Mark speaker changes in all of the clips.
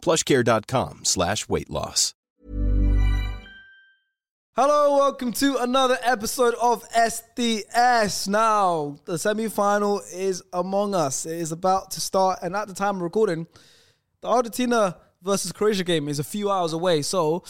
Speaker 1: Plushcare.com slash weight loss.
Speaker 2: Hello, welcome to another episode of SDS. Now, the semi final is among us. It is about to start, and at the time of recording, the Argentina versus Croatia game is a few hours away. So,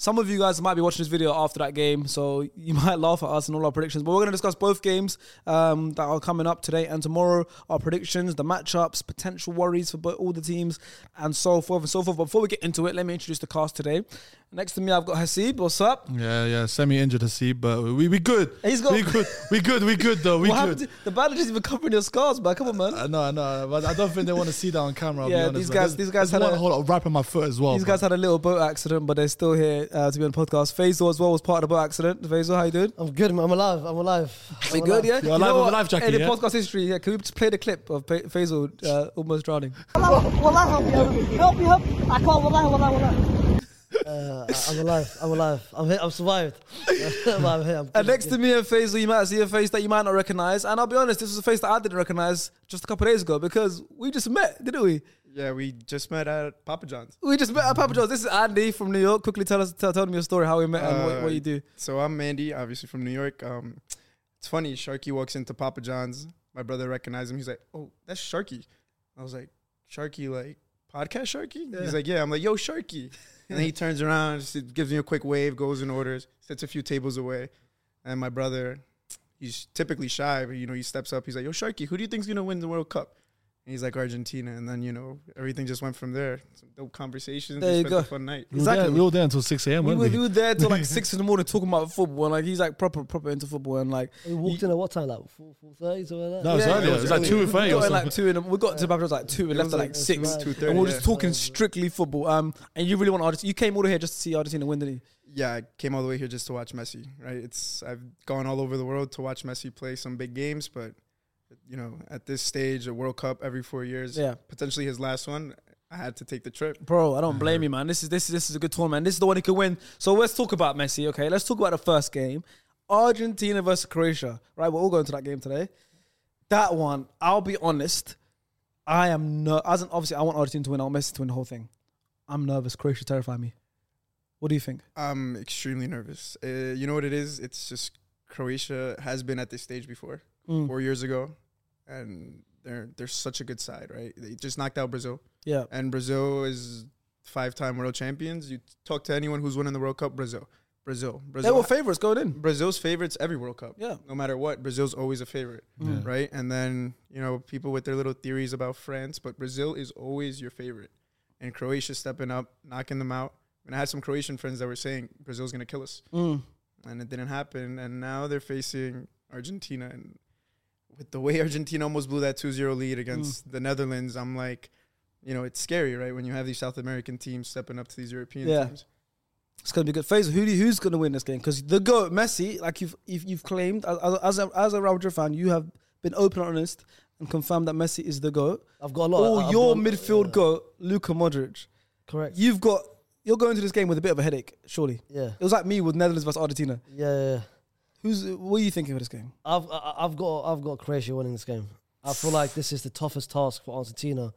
Speaker 2: some of you guys might be watching this video after that game, so you might laugh at us and all our predictions. But we're going to discuss both games um, that are coming up today and tomorrow. Our predictions, the matchups, potential worries for bo- all the teams, and so forth and so forth. But before we get into it, let me introduce the cast today. Next to me, I've got Hasib. What's up?
Speaker 3: Yeah, yeah, semi injured Hasib, but we we good.
Speaker 2: He's got-
Speaker 3: we good. We good. We good though. We
Speaker 2: What happened?
Speaker 3: good.
Speaker 2: to- the bandages even covering your scars, man. Come on, man.
Speaker 3: I know, I know, Uh, but I don't think they want to see that on camera. I'll
Speaker 2: Yeah,
Speaker 3: be honest,
Speaker 2: these
Speaker 3: but
Speaker 2: guys-
Speaker 3: there's-
Speaker 2: these guys
Speaker 3: there's
Speaker 2: had
Speaker 3: one
Speaker 2: a-
Speaker 3: whole lot of wrap on my foot as well.
Speaker 2: These
Speaker 3: bro.
Speaker 2: guys had a little boat accident, but they're still here uh, to be on the podcast. Faisal as well was part of the boat accident. Faisal, how you doing?
Speaker 4: I'm good, man. I'm alive. I'm alive. I'm
Speaker 2: We good,
Speaker 4: alive.
Speaker 2: yeah?
Speaker 3: You're alive, I'm
Speaker 2: what?
Speaker 3: alive, Jackie,
Speaker 2: In the
Speaker 3: yeah?
Speaker 2: podcast history, yeah, can we just play the clip of Pa- Faisal uh, almost drowning?
Speaker 5: والله help you, help you, help you. I call والله والله والله.
Speaker 4: Uh, I- I'm alive. I'm alive. I'm here. I'm survived. But I'm here. I'm
Speaker 2: And next to me and Faisal, you might see a face that you might not recognize. And I'll be honest, this was a face that I didn't recognize just a couple of days ago because we just met, didn't we?
Speaker 6: Yeah, we just met at Papa John's.
Speaker 2: We just met at Papa John's. This is Andy from New York. Quickly tell us, tell, tell me your story, how we met, and what,
Speaker 6: Uh,
Speaker 2: what you do.
Speaker 6: So I'm Mandy, obviously from New York. Um, it's funny, Sharky walks into Papa John's. My brother recognized him. He's like, "Oh, that's Sharky." I was like, "Sharky, like podcast Sharky?" He's like, "Yeah." I'm like, "Yo, Sharky." And then he turns around, just gives me a quick wave, goes and orders, sits a few tables away, and my brother, he's typically shy, but you know, he steps up. He's like, "Yo, Sharky, who do you think's gonna win the World Cup?" And he's like, "Argentina." And then you know, everything just went from there. Some dope conversations.
Speaker 2: There
Speaker 6: we
Speaker 2: you
Speaker 6: spent
Speaker 2: go.
Speaker 6: a fun night.
Speaker 3: We were there-
Speaker 2: exactly.
Speaker 3: we were there until six a.m.
Speaker 2: We
Speaker 3: weren't
Speaker 2: were,
Speaker 3: we?
Speaker 2: we were there till like six in the morning talking about football. And like he's like proper, proper into football. And like
Speaker 4: We walked in at what time? Like four, four thirty, something like
Speaker 3: No, it
Speaker 4: that.
Speaker 3: was
Speaker 2: Yeah, it
Speaker 3: earlier. It
Speaker 2: was
Speaker 3: was like two
Speaker 2: we
Speaker 3: and
Speaker 2: got
Speaker 3: three or
Speaker 2: in like
Speaker 3: something.
Speaker 2: two and we got to Babylon's like two and left
Speaker 6: was
Speaker 2: at
Speaker 6: like-
Speaker 2: like
Speaker 6: it was
Speaker 2: six. And we
Speaker 4: two
Speaker 2: we're
Speaker 6: thirty,
Speaker 2: just
Speaker 6: yeah.
Speaker 2: talking strictly football. Um, and you really want Argentina. You came all the way here just to see Argentina win, didn't you?
Speaker 6: yeah, I came all the way here just to watch Messi, right? It's I've gone all over the world to watch Messi play some big games, but you know, at this stage, a World Cup every four years,
Speaker 2: Yeah.
Speaker 6: potentially his last one, I had to take the trip.
Speaker 2: Bro, I don't blame you, man. This is this is this is a good tournament. This is the one who could win. So let's talk about Messi, okay? Let's talk about the first game. Argentina versus Croatia. Right, we're all going to that game today. That one, I'll be honest, I am no as an obviously I want Argentina to win, I want Messi to win the whole thing. I'm nervous. Croatia terrify me. What do you think?
Speaker 6: I'm extremely nervous. Uh, you know what it is? It's just Croatia has been at this stage before, four years ago, and they're they're such a good side, right? They just knocked out Brazil.
Speaker 2: Yeah.
Speaker 6: and Brazil is five-time world champions. You talk to anyone who's winning the World Cup, Brazil, Brazil,
Speaker 2: They
Speaker 6: Brazil.
Speaker 2: were favorites going in.
Speaker 6: Brazil's favorites every World Cup.
Speaker 2: Yeah. Mm.
Speaker 6: No matter what, Brazil's always a favorite, right? And then, you know, people with their little theories about France, but Brazil is always your favorite. And Croatia stepping up, knocking them out. And I had some Croatian friends that were saying Brazil's going to kill us.
Speaker 2: Mm.
Speaker 6: And it didn't happen. And now they're facing Argentina. And with the way Argentina almost blew that 2 0 lead against
Speaker 2: Mm.
Speaker 6: the Netherlands, I'm like, you know, it's scary, right? When you have these South American teams stepping up to these European
Speaker 2: Yeah.
Speaker 6: teams.
Speaker 2: It's gonna be a good. Faisal, who do you- who's gonna win this game? Because the goat Messi, like you've you've, you've claimed as as a, as a Real Madrid fan, you have been open and honest and confirmed that Messi is the goat.
Speaker 4: I've got a lot.
Speaker 2: Or
Speaker 4: I've
Speaker 2: your
Speaker 4: got-
Speaker 2: midfield
Speaker 4: yeah,
Speaker 2: goat, Luka Modric.
Speaker 4: Correct.
Speaker 2: You've got you're going to this game with a bit of a headache, surely.
Speaker 4: Yeah.
Speaker 2: It was like me with Netherlands versus Argentina.
Speaker 4: Yeah, yeah. yeah.
Speaker 2: Who's what are you thinking for this game?
Speaker 4: I've I- I've got I've got Croatia winning this game. I feel like this is the toughest task for Argentina,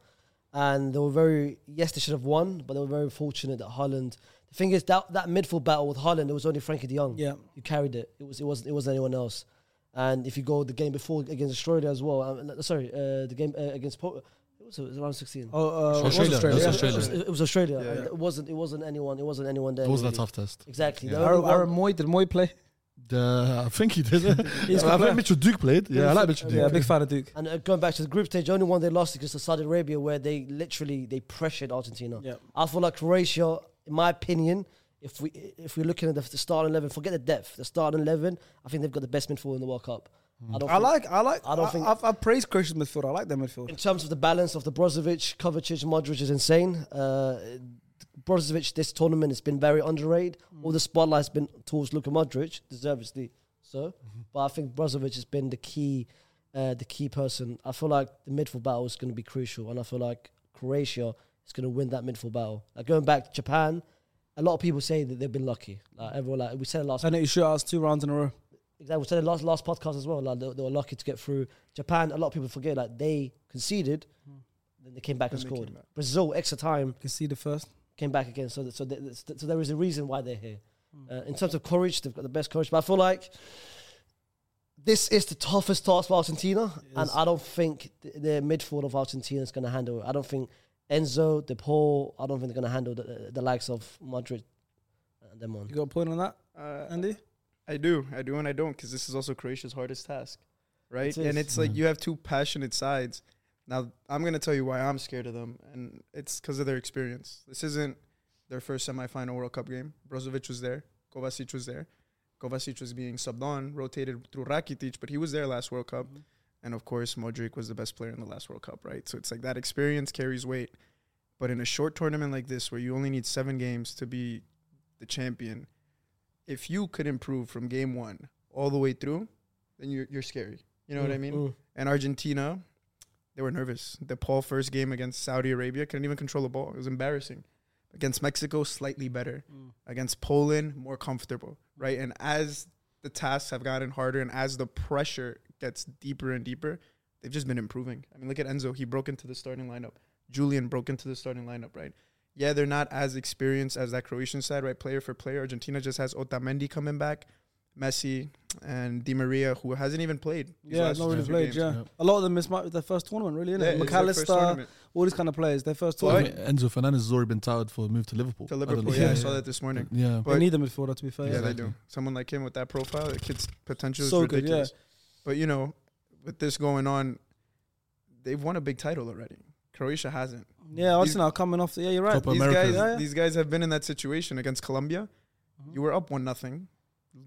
Speaker 4: and they were very yes they should have won, but they were very fortunate that Holland. The thing is that that midfield battle with Holland, it was only Frankie De Jong.
Speaker 2: Yeah.
Speaker 4: who carried it. It was it wasn't it wasn't anyone else. And if you go the game before against Australia as well, um, no, sorry, uh, the game uh, against Po it was, it was around sixteen.
Speaker 2: Oh, uh, it was
Speaker 3: Australia,
Speaker 2: Australia.
Speaker 3: that's
Speaker 2: yeah.
Speaker 3: Australia.
Speaker 4: It was, it was Australia.
Speaker 6: Yeah.
Speaker 4: It wasn't. It wasn't anyone. It wasn't anyone there.
Speaker 3: It wasn't a
Speaker 4: really.
Speaker 3: tough test.
Speaker 4: Exactly.
Speaker 3: Yeah.
Speaker 4: The only
Speaker 2: Aaron,
Speaker 4: one-
Speaker 2: Aaron Moy did Moy play?
Speaker 3: The, I think he did.
Speaker 2: He's
Speaker 3: I
Speaker 2: good player.
Speaker 3: think Mitchell Duke played. Yeah, I like Mitchell Duke.
Speaker 2: Yeah, big fan of Duke.
Speaker 4: And uh, going back to the group stage, the only one they lost is against Saudi Arabia, where they literally they pressured Argentina.
Speaker 2: Yeah.
Speaker 4: I feel like Croatia, in my opinion, if we if we're looking at the, the starting eleven, forget the depth, the starting eleven, I think they've got the best midfield in the World Cup. I don't.
Speaker 2: I
Speaker 4: think-
Speaker 2: like I like I
Speaker 4: I don't think-
Speaker 2: I've, I've praised Croatia's midfield. I like their
Speaker 4: in
Speaker 2: midfield.
Speaker 4: terms of the balance of the Brozovic, Kovacic, Modric is insane. Uh, Brozovic this tournament has been very underrated. All the spotlight's been towards Luka Modric, deservedly so. But I think Brozovic has been the key, uh, the key person. I feel like the midfield battle is going to be crucial, and I feel like Croatia is going to win that midfield battle. Like going back to Japan, a lot of people say that they've been lucky. Like everyone, like we said it last
Speaker 2: I know you shootouts two rounds in a row.
Speaker 4: exactly. We said it last last podcast as well. Like they, they were lucky to get through Japan. A lot of people forget like they conceded, then they came back
Speaker 6: Hmm. Then
Speaker 4: and
Speaker 6: they came
Speaker 4: scored.
Speaker 6: back.
Speaker 4: Brazil extra time
Speaker 2: You can see the first.
Speaker 4: came back again. So that, so that, so there is a reason why they're here.
Speaker 6: Hmm.
Speaker 4: Uh, in terms of courage, they've got the best courage. But I feel like this is the toughest task for Argentina, and I don't think th- the midfield of Argentina is going to handle it. I don't think Enzo, De Paul, I don't think they're going to handle the, the likes of Madrid and them on.
Speaker 2: You got a point on that,
Speaker 6: Uh,
Speaker 2: Andy?
Speaker 6: I do, I do, and I don't, because this is also Croatia's hardest task, right?
Speaker 2: It is.
Speaker 6: and it's like you have two passionate sides. Now I'm gonna tell you why I'm scared of them, and it's because of their experience. This isn't their first semifinal World Cup game. Brozovic was there, Kovacic was there. Kovacic was being subbed on, rotated through Rakitic, but he was there last World Cup,
Speaker 2: Mm-hmm.
Speaker 6: and of course Modric was the best player in the last World Cup, right? So it's like that experience carries weight. But in a short tournament like this, where you only need seven games to be the champion, if you could improve from game one all the way through, then you're, you're scary. You know what I mean? And Argentina, they were nervous. The Paul first game against Saudi Arabia couldn't even control the ball. It was embarrassing. Against Mexico, slightly better.
Speaker 2: Mm.
Speaker 6: Against Poland, more comfortable, right? And as the tasks have gotten harder and as the pressure gets deeper and deeper, they've just been improving. I mean, look at Enzo. He broke into the starting lineup. Julian broke into the starting lineup, right? Yeah, they're not as experienced as that Croatian side, right? Player for player. Argentina just has Otamendi coming back, Messi, and Di Maria, who hasn't even played. these
Speaker 2: Yeah,
Speaker 6: last
Speaker 2: not really
Speaker 6: few
Speaker 2: played.
Speaker 6: games.
Speaker 2: Yeah,
Speaker 3: Yep.
Speaker 2: a lot of them miss might be their first tournament, really, isn't
Speaker 6: Yeah,
Speaker 2: it?
Speaker 6: it's their first
Speaker 2: McAllister,
Speaker 6: tournament.
Speaker 2: all these kind of players, their first
Speaker 6: Well,
Speaker 3: I
Speaker 2: tournament.
Speaker 3: think Enzo Fernandez has already been touted for a move to Liverpool.
Speaker 6: To
Speaker 3: I don't
Speaker 6: Liverpool,
Speaker 3: know.
Speaker 6: yeah, I
Speaker 2: Yeah,
Speaker 6: saw
Speaker 2: yeah.
Speaker 6: that this morning.
Speaker 3: Yeah.
Speaker 6: But-
Speaker 2: they need a midfielder, to be fair.
Speaker 6: Yeah,
Speaker 2: Yeah,
Speaker 6: they do. Someone like him with that profile, the kid's potential is
Speaker 2: So good, yeah.
Speaker 6: ridiculous. But you know, with this going on, they've won a big title already. Croatia hasn't.
Speaker 2: yeah
Speaker 6: These-
Speaker 2: Arsenal are coming off. The, yeah, you're right.
Speaker 3: Copa
Speaker 6: these
Speaker 3: America.
Speaker 6: guys,
Speaker 2: Yeah, yeah.
Speaker 6: these guys have been in that situation against Colombia. You were up one nothing.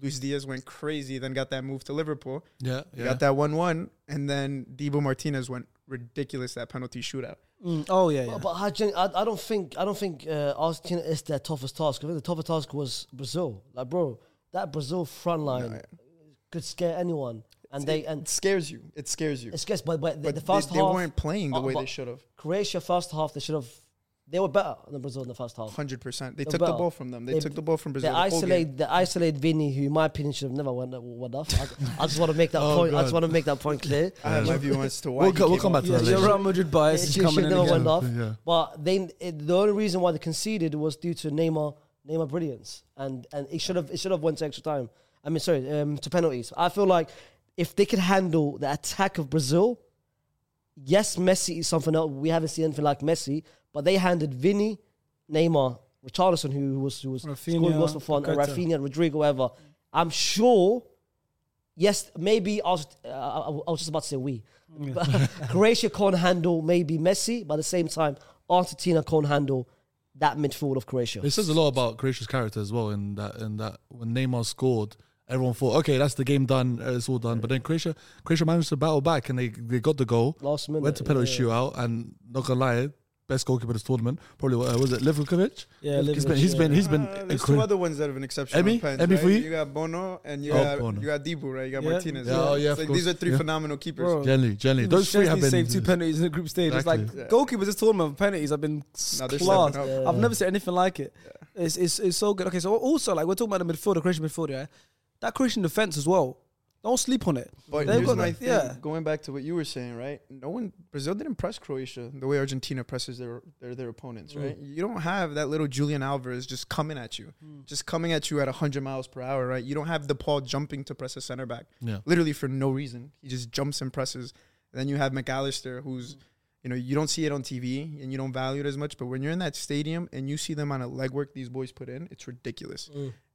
Speaker 6: Luis Diaz went crazy, then got that move to Liverpool.
Speaker 3: Yeah,
Speaker 6: You
Speaker 3: yeah.
Speaker 6: got that one one, and then Debo Martinez went ridiculous that penalty shootout.
Speaker 2: Mm, Oh yeah, yeah.
Speaker 4: But, but I, gen- I, I don't think I don't think uh, Argentina is their toughest task. I think the toughest task was Brazil. Like, bro, that Brazil front line
Speaker 6: yeah.
Speaker 4: could scare anyone, and they
Speaker 6: It
Speaker 4: and
Speaker 6: scares you. It scares you.
Speaker 4: it scares. But, but, the,
Speaker 6: But
Speaker 4: the first
Speaker 6: they, they
Speaker 4: half,
Speaker 6: weren't playing the
Speaker 4: uh,
Speaker 6: way they
Speaker 4: but
Speaker 6: should have.
Speaker 4: Croatia first half, they should have. They were better than Brazil in the first half.
Speaker 6: Hundred percent. They
Speaker 4: They're
Speaker 6: took the
Speaker 4: better.
Speaker 6: ball from them. They, took the ball from Brazil.
Speaker 4: They
Speaker 6: the whole game.
Speaker 4: isolate, they isolate Vini, who in my opinion should have never won. won off. I, I just want to make that
Speaker 3: Oh,
Speaker 4: point. I
Speaker 3: God.
Speaker 4: just want to make that point clear.
Speaker 6: I have my view as to why.
Speaker 3: We'll
Speaker 6: he
Speaker 3: co- we'll
Speaker 6: came
Speaker 3: come
Speaker 6: off.
Speaker 3: back to
Speaker 2: yeah
Speaker 3: that
Speaker 2: your
Speaker 3: later.
Speaker 2: Real Madrid bias
Speaker 4: It
Speaker 2: is
Speaker 4: should-
Speaker 2: coming
Speaker 4: should
Speaker 2: in.
Speaker 4: never
Speaker 2: again.
Speaker 4: went off.
Speaker 3: Yeah.
Speaker 4: But they it, the only reason why they conceded was due to Neymar Neymar brilliance, and and it should have it should have went to extra time. I mean, sorry, um, to penalties. I feel like if they could handle the attack of Brazil, yes, Messi is something else. We haven't seen anything like Messi, but they handed Vinny, Neymar, Richarlison, who was who was
Speaker 2: Rafinha,
Speaker 4: scoring goals for fun, and
Speaker 2: Paqueta.
Speaker 4: Rafinha, Rodrigo, whatever. I'm sure. Yes, maybe I was, uh, I I was just about to say we. But Croatia can't handle maybe Messi, but at the same time, Argentina can't handle that midfield of Croatia.
Speaker 3: It says a lot about Croatia's character as well. In that, in that, when Neymar scored, everyone thought, okay, that's the game done, uh, it's all done. But then Croatia, Croatia managed to battle back, and they, they got the goal.
Speaker 4: Last minute,
Speaker 3: went to penalty
Speaker 4: yeah.
Speaker 3: shootout, and not gonna lie, best goalkeeper this tournament probably uh, was it Livkovic.
Speaker 2: Yeah,
Speaker 3: he's
Speaker 2: Livkovic,
Speaker 3: been, he's
Speaker 2: yeah.
Speaker 3: been, he's been
Speaker 6: Uh, there's two
Speaker 3: incredible.
Speaker 6: other ones that have an exceptional
Speaker 3: Emi?
Speaker 6: pens,
Speaker 3: Emi
Speaker 6: right?
Speaker 3: for you?
Speaker 6: You got Bono and you
Speaker 3: Oh,
Speaker 6: got
Speaker 3: Bono.
Speaker 6: you got Dibu, right? You got
Speaker 2: Yeah.
Speaker 6: Martinez.
Speaker 3: Yeah, oh, yeah,
Speaker 6: It's
Speaker 3: of
Speaker 6: like these are
Speaker 3: course.
Speaker 6: three
Speaker 3: Yeah.
Speaker 6: phenomenal keepers.
Speaker 2: Bro.
Speaker 3: generally, generally, those three have
Speaker 2: Chesney
Speaker 3: been
Speaker 2: saved two penalties in the group stage. It's
Speaker 3: Exactly.
Speaker 2: like
Speaker 6: Yeah.
Speaker 2: goalkeepers this tournament for penalties have been
Speaker 6: Now they're
Speaker 2: class.
Speaker 6: stepping up.
Speaker 4: Yeah.
Speaker 2: I've never seen anything like it. It's, it's it's so good. Okay, so also like we're talking about the midfield, the Croatian midfield, yeah. That Croatian defense as well. Don't sleep on it.
Speaker 6: But
Speaker 2: They've
Speaker 6: here's
Speaker 2: got-
Speaker 6: my thing.
Speaker 2: yeah.
Speaker 6: Going back to what you were saying, right? No one Brazil didn't press Croatia the way Argentina presses their their, their opponents, right? You don't have that little Julian Alvarez just coming at you, just coming at you at 100 miles per hour, right? You don't have DePaul jumping to press a center back,
Speaker 3: Yeah.
Speaker 6: literally for no reason. He just jumps and presses. then you have McAllister, who's you know you don't see it on TV and you don't value it as much, but when you're in that stadium and you see them on a legwork these boys put in, it's ridiculous.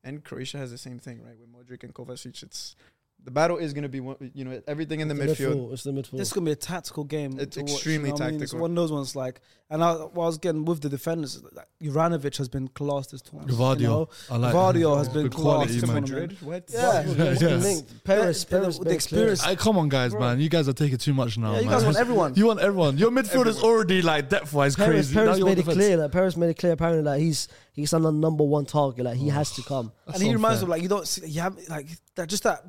Speaker 6: And Croatia has the same thing, right? With Modric and Kovacic, it's The battle is going to be one, you know everything in the midfield.
Speaker 4: It's the midfield.
Speaker 2: This is gonna be a tactical game.
Speaker 6: It's
Speaker 2: to watch, you
Speaker 6: extremely
Speaker 2: know what I mean?
Speaker 6: tactical.
Speaker 2: It's one of those ones like, and I, while I was getting with the defenders, like, Juranovic has been classed this tournament.
Speaker 3: Vardio.
Speaker 2: you know?
Speaker 3: I like
Speaker 2: Vardio
Speaker 3: him.
Speaker 2: has been
Speaker 3: Good quality,
Speaker 2: classed
Speaker 3: man.
Speaker 2: tournament.
Speaker 6: What?
Speaker 2: Yeah.
Speaker 3: Yeah, yeah.
Speaker 4: Linked. Paris,
Speaker 2: Yeah, the-
Speaker 4: Paris,
Speaker 2: the
Speaker 4: Paris,
Speaker 2: experience-
Speaker 3: Hey, come on, guys,
Speaker 2: Bro.
Speaker 3: man. You guys are taking too much now.
Speaker 4: Oh,
Speaker 2: Yeah, you
Speaker 3: man.
Speaker 2: guys want everyone.
Speaker 3: You want everyone. Your midfield is already like depth wise
Speaker 4: Paris,
Speaker 3: crazy. Now
Speaker 4: Paris
Speaker 3: you want
Speaker 4: made it
Speaker 3: defense.
Speaker 4: clear. Like Paris made it clear. Apparently, like he's he's on the number one target. Like he
Speaker 2: Oh.
Speaker 4: has to come.
Speaker 3: That's
Speaker 2: and he
Speaker 3: so
Speaker 2: reminds me
Speaker 3: unfair.
Speaker 2: of like you don't see, you have like that just that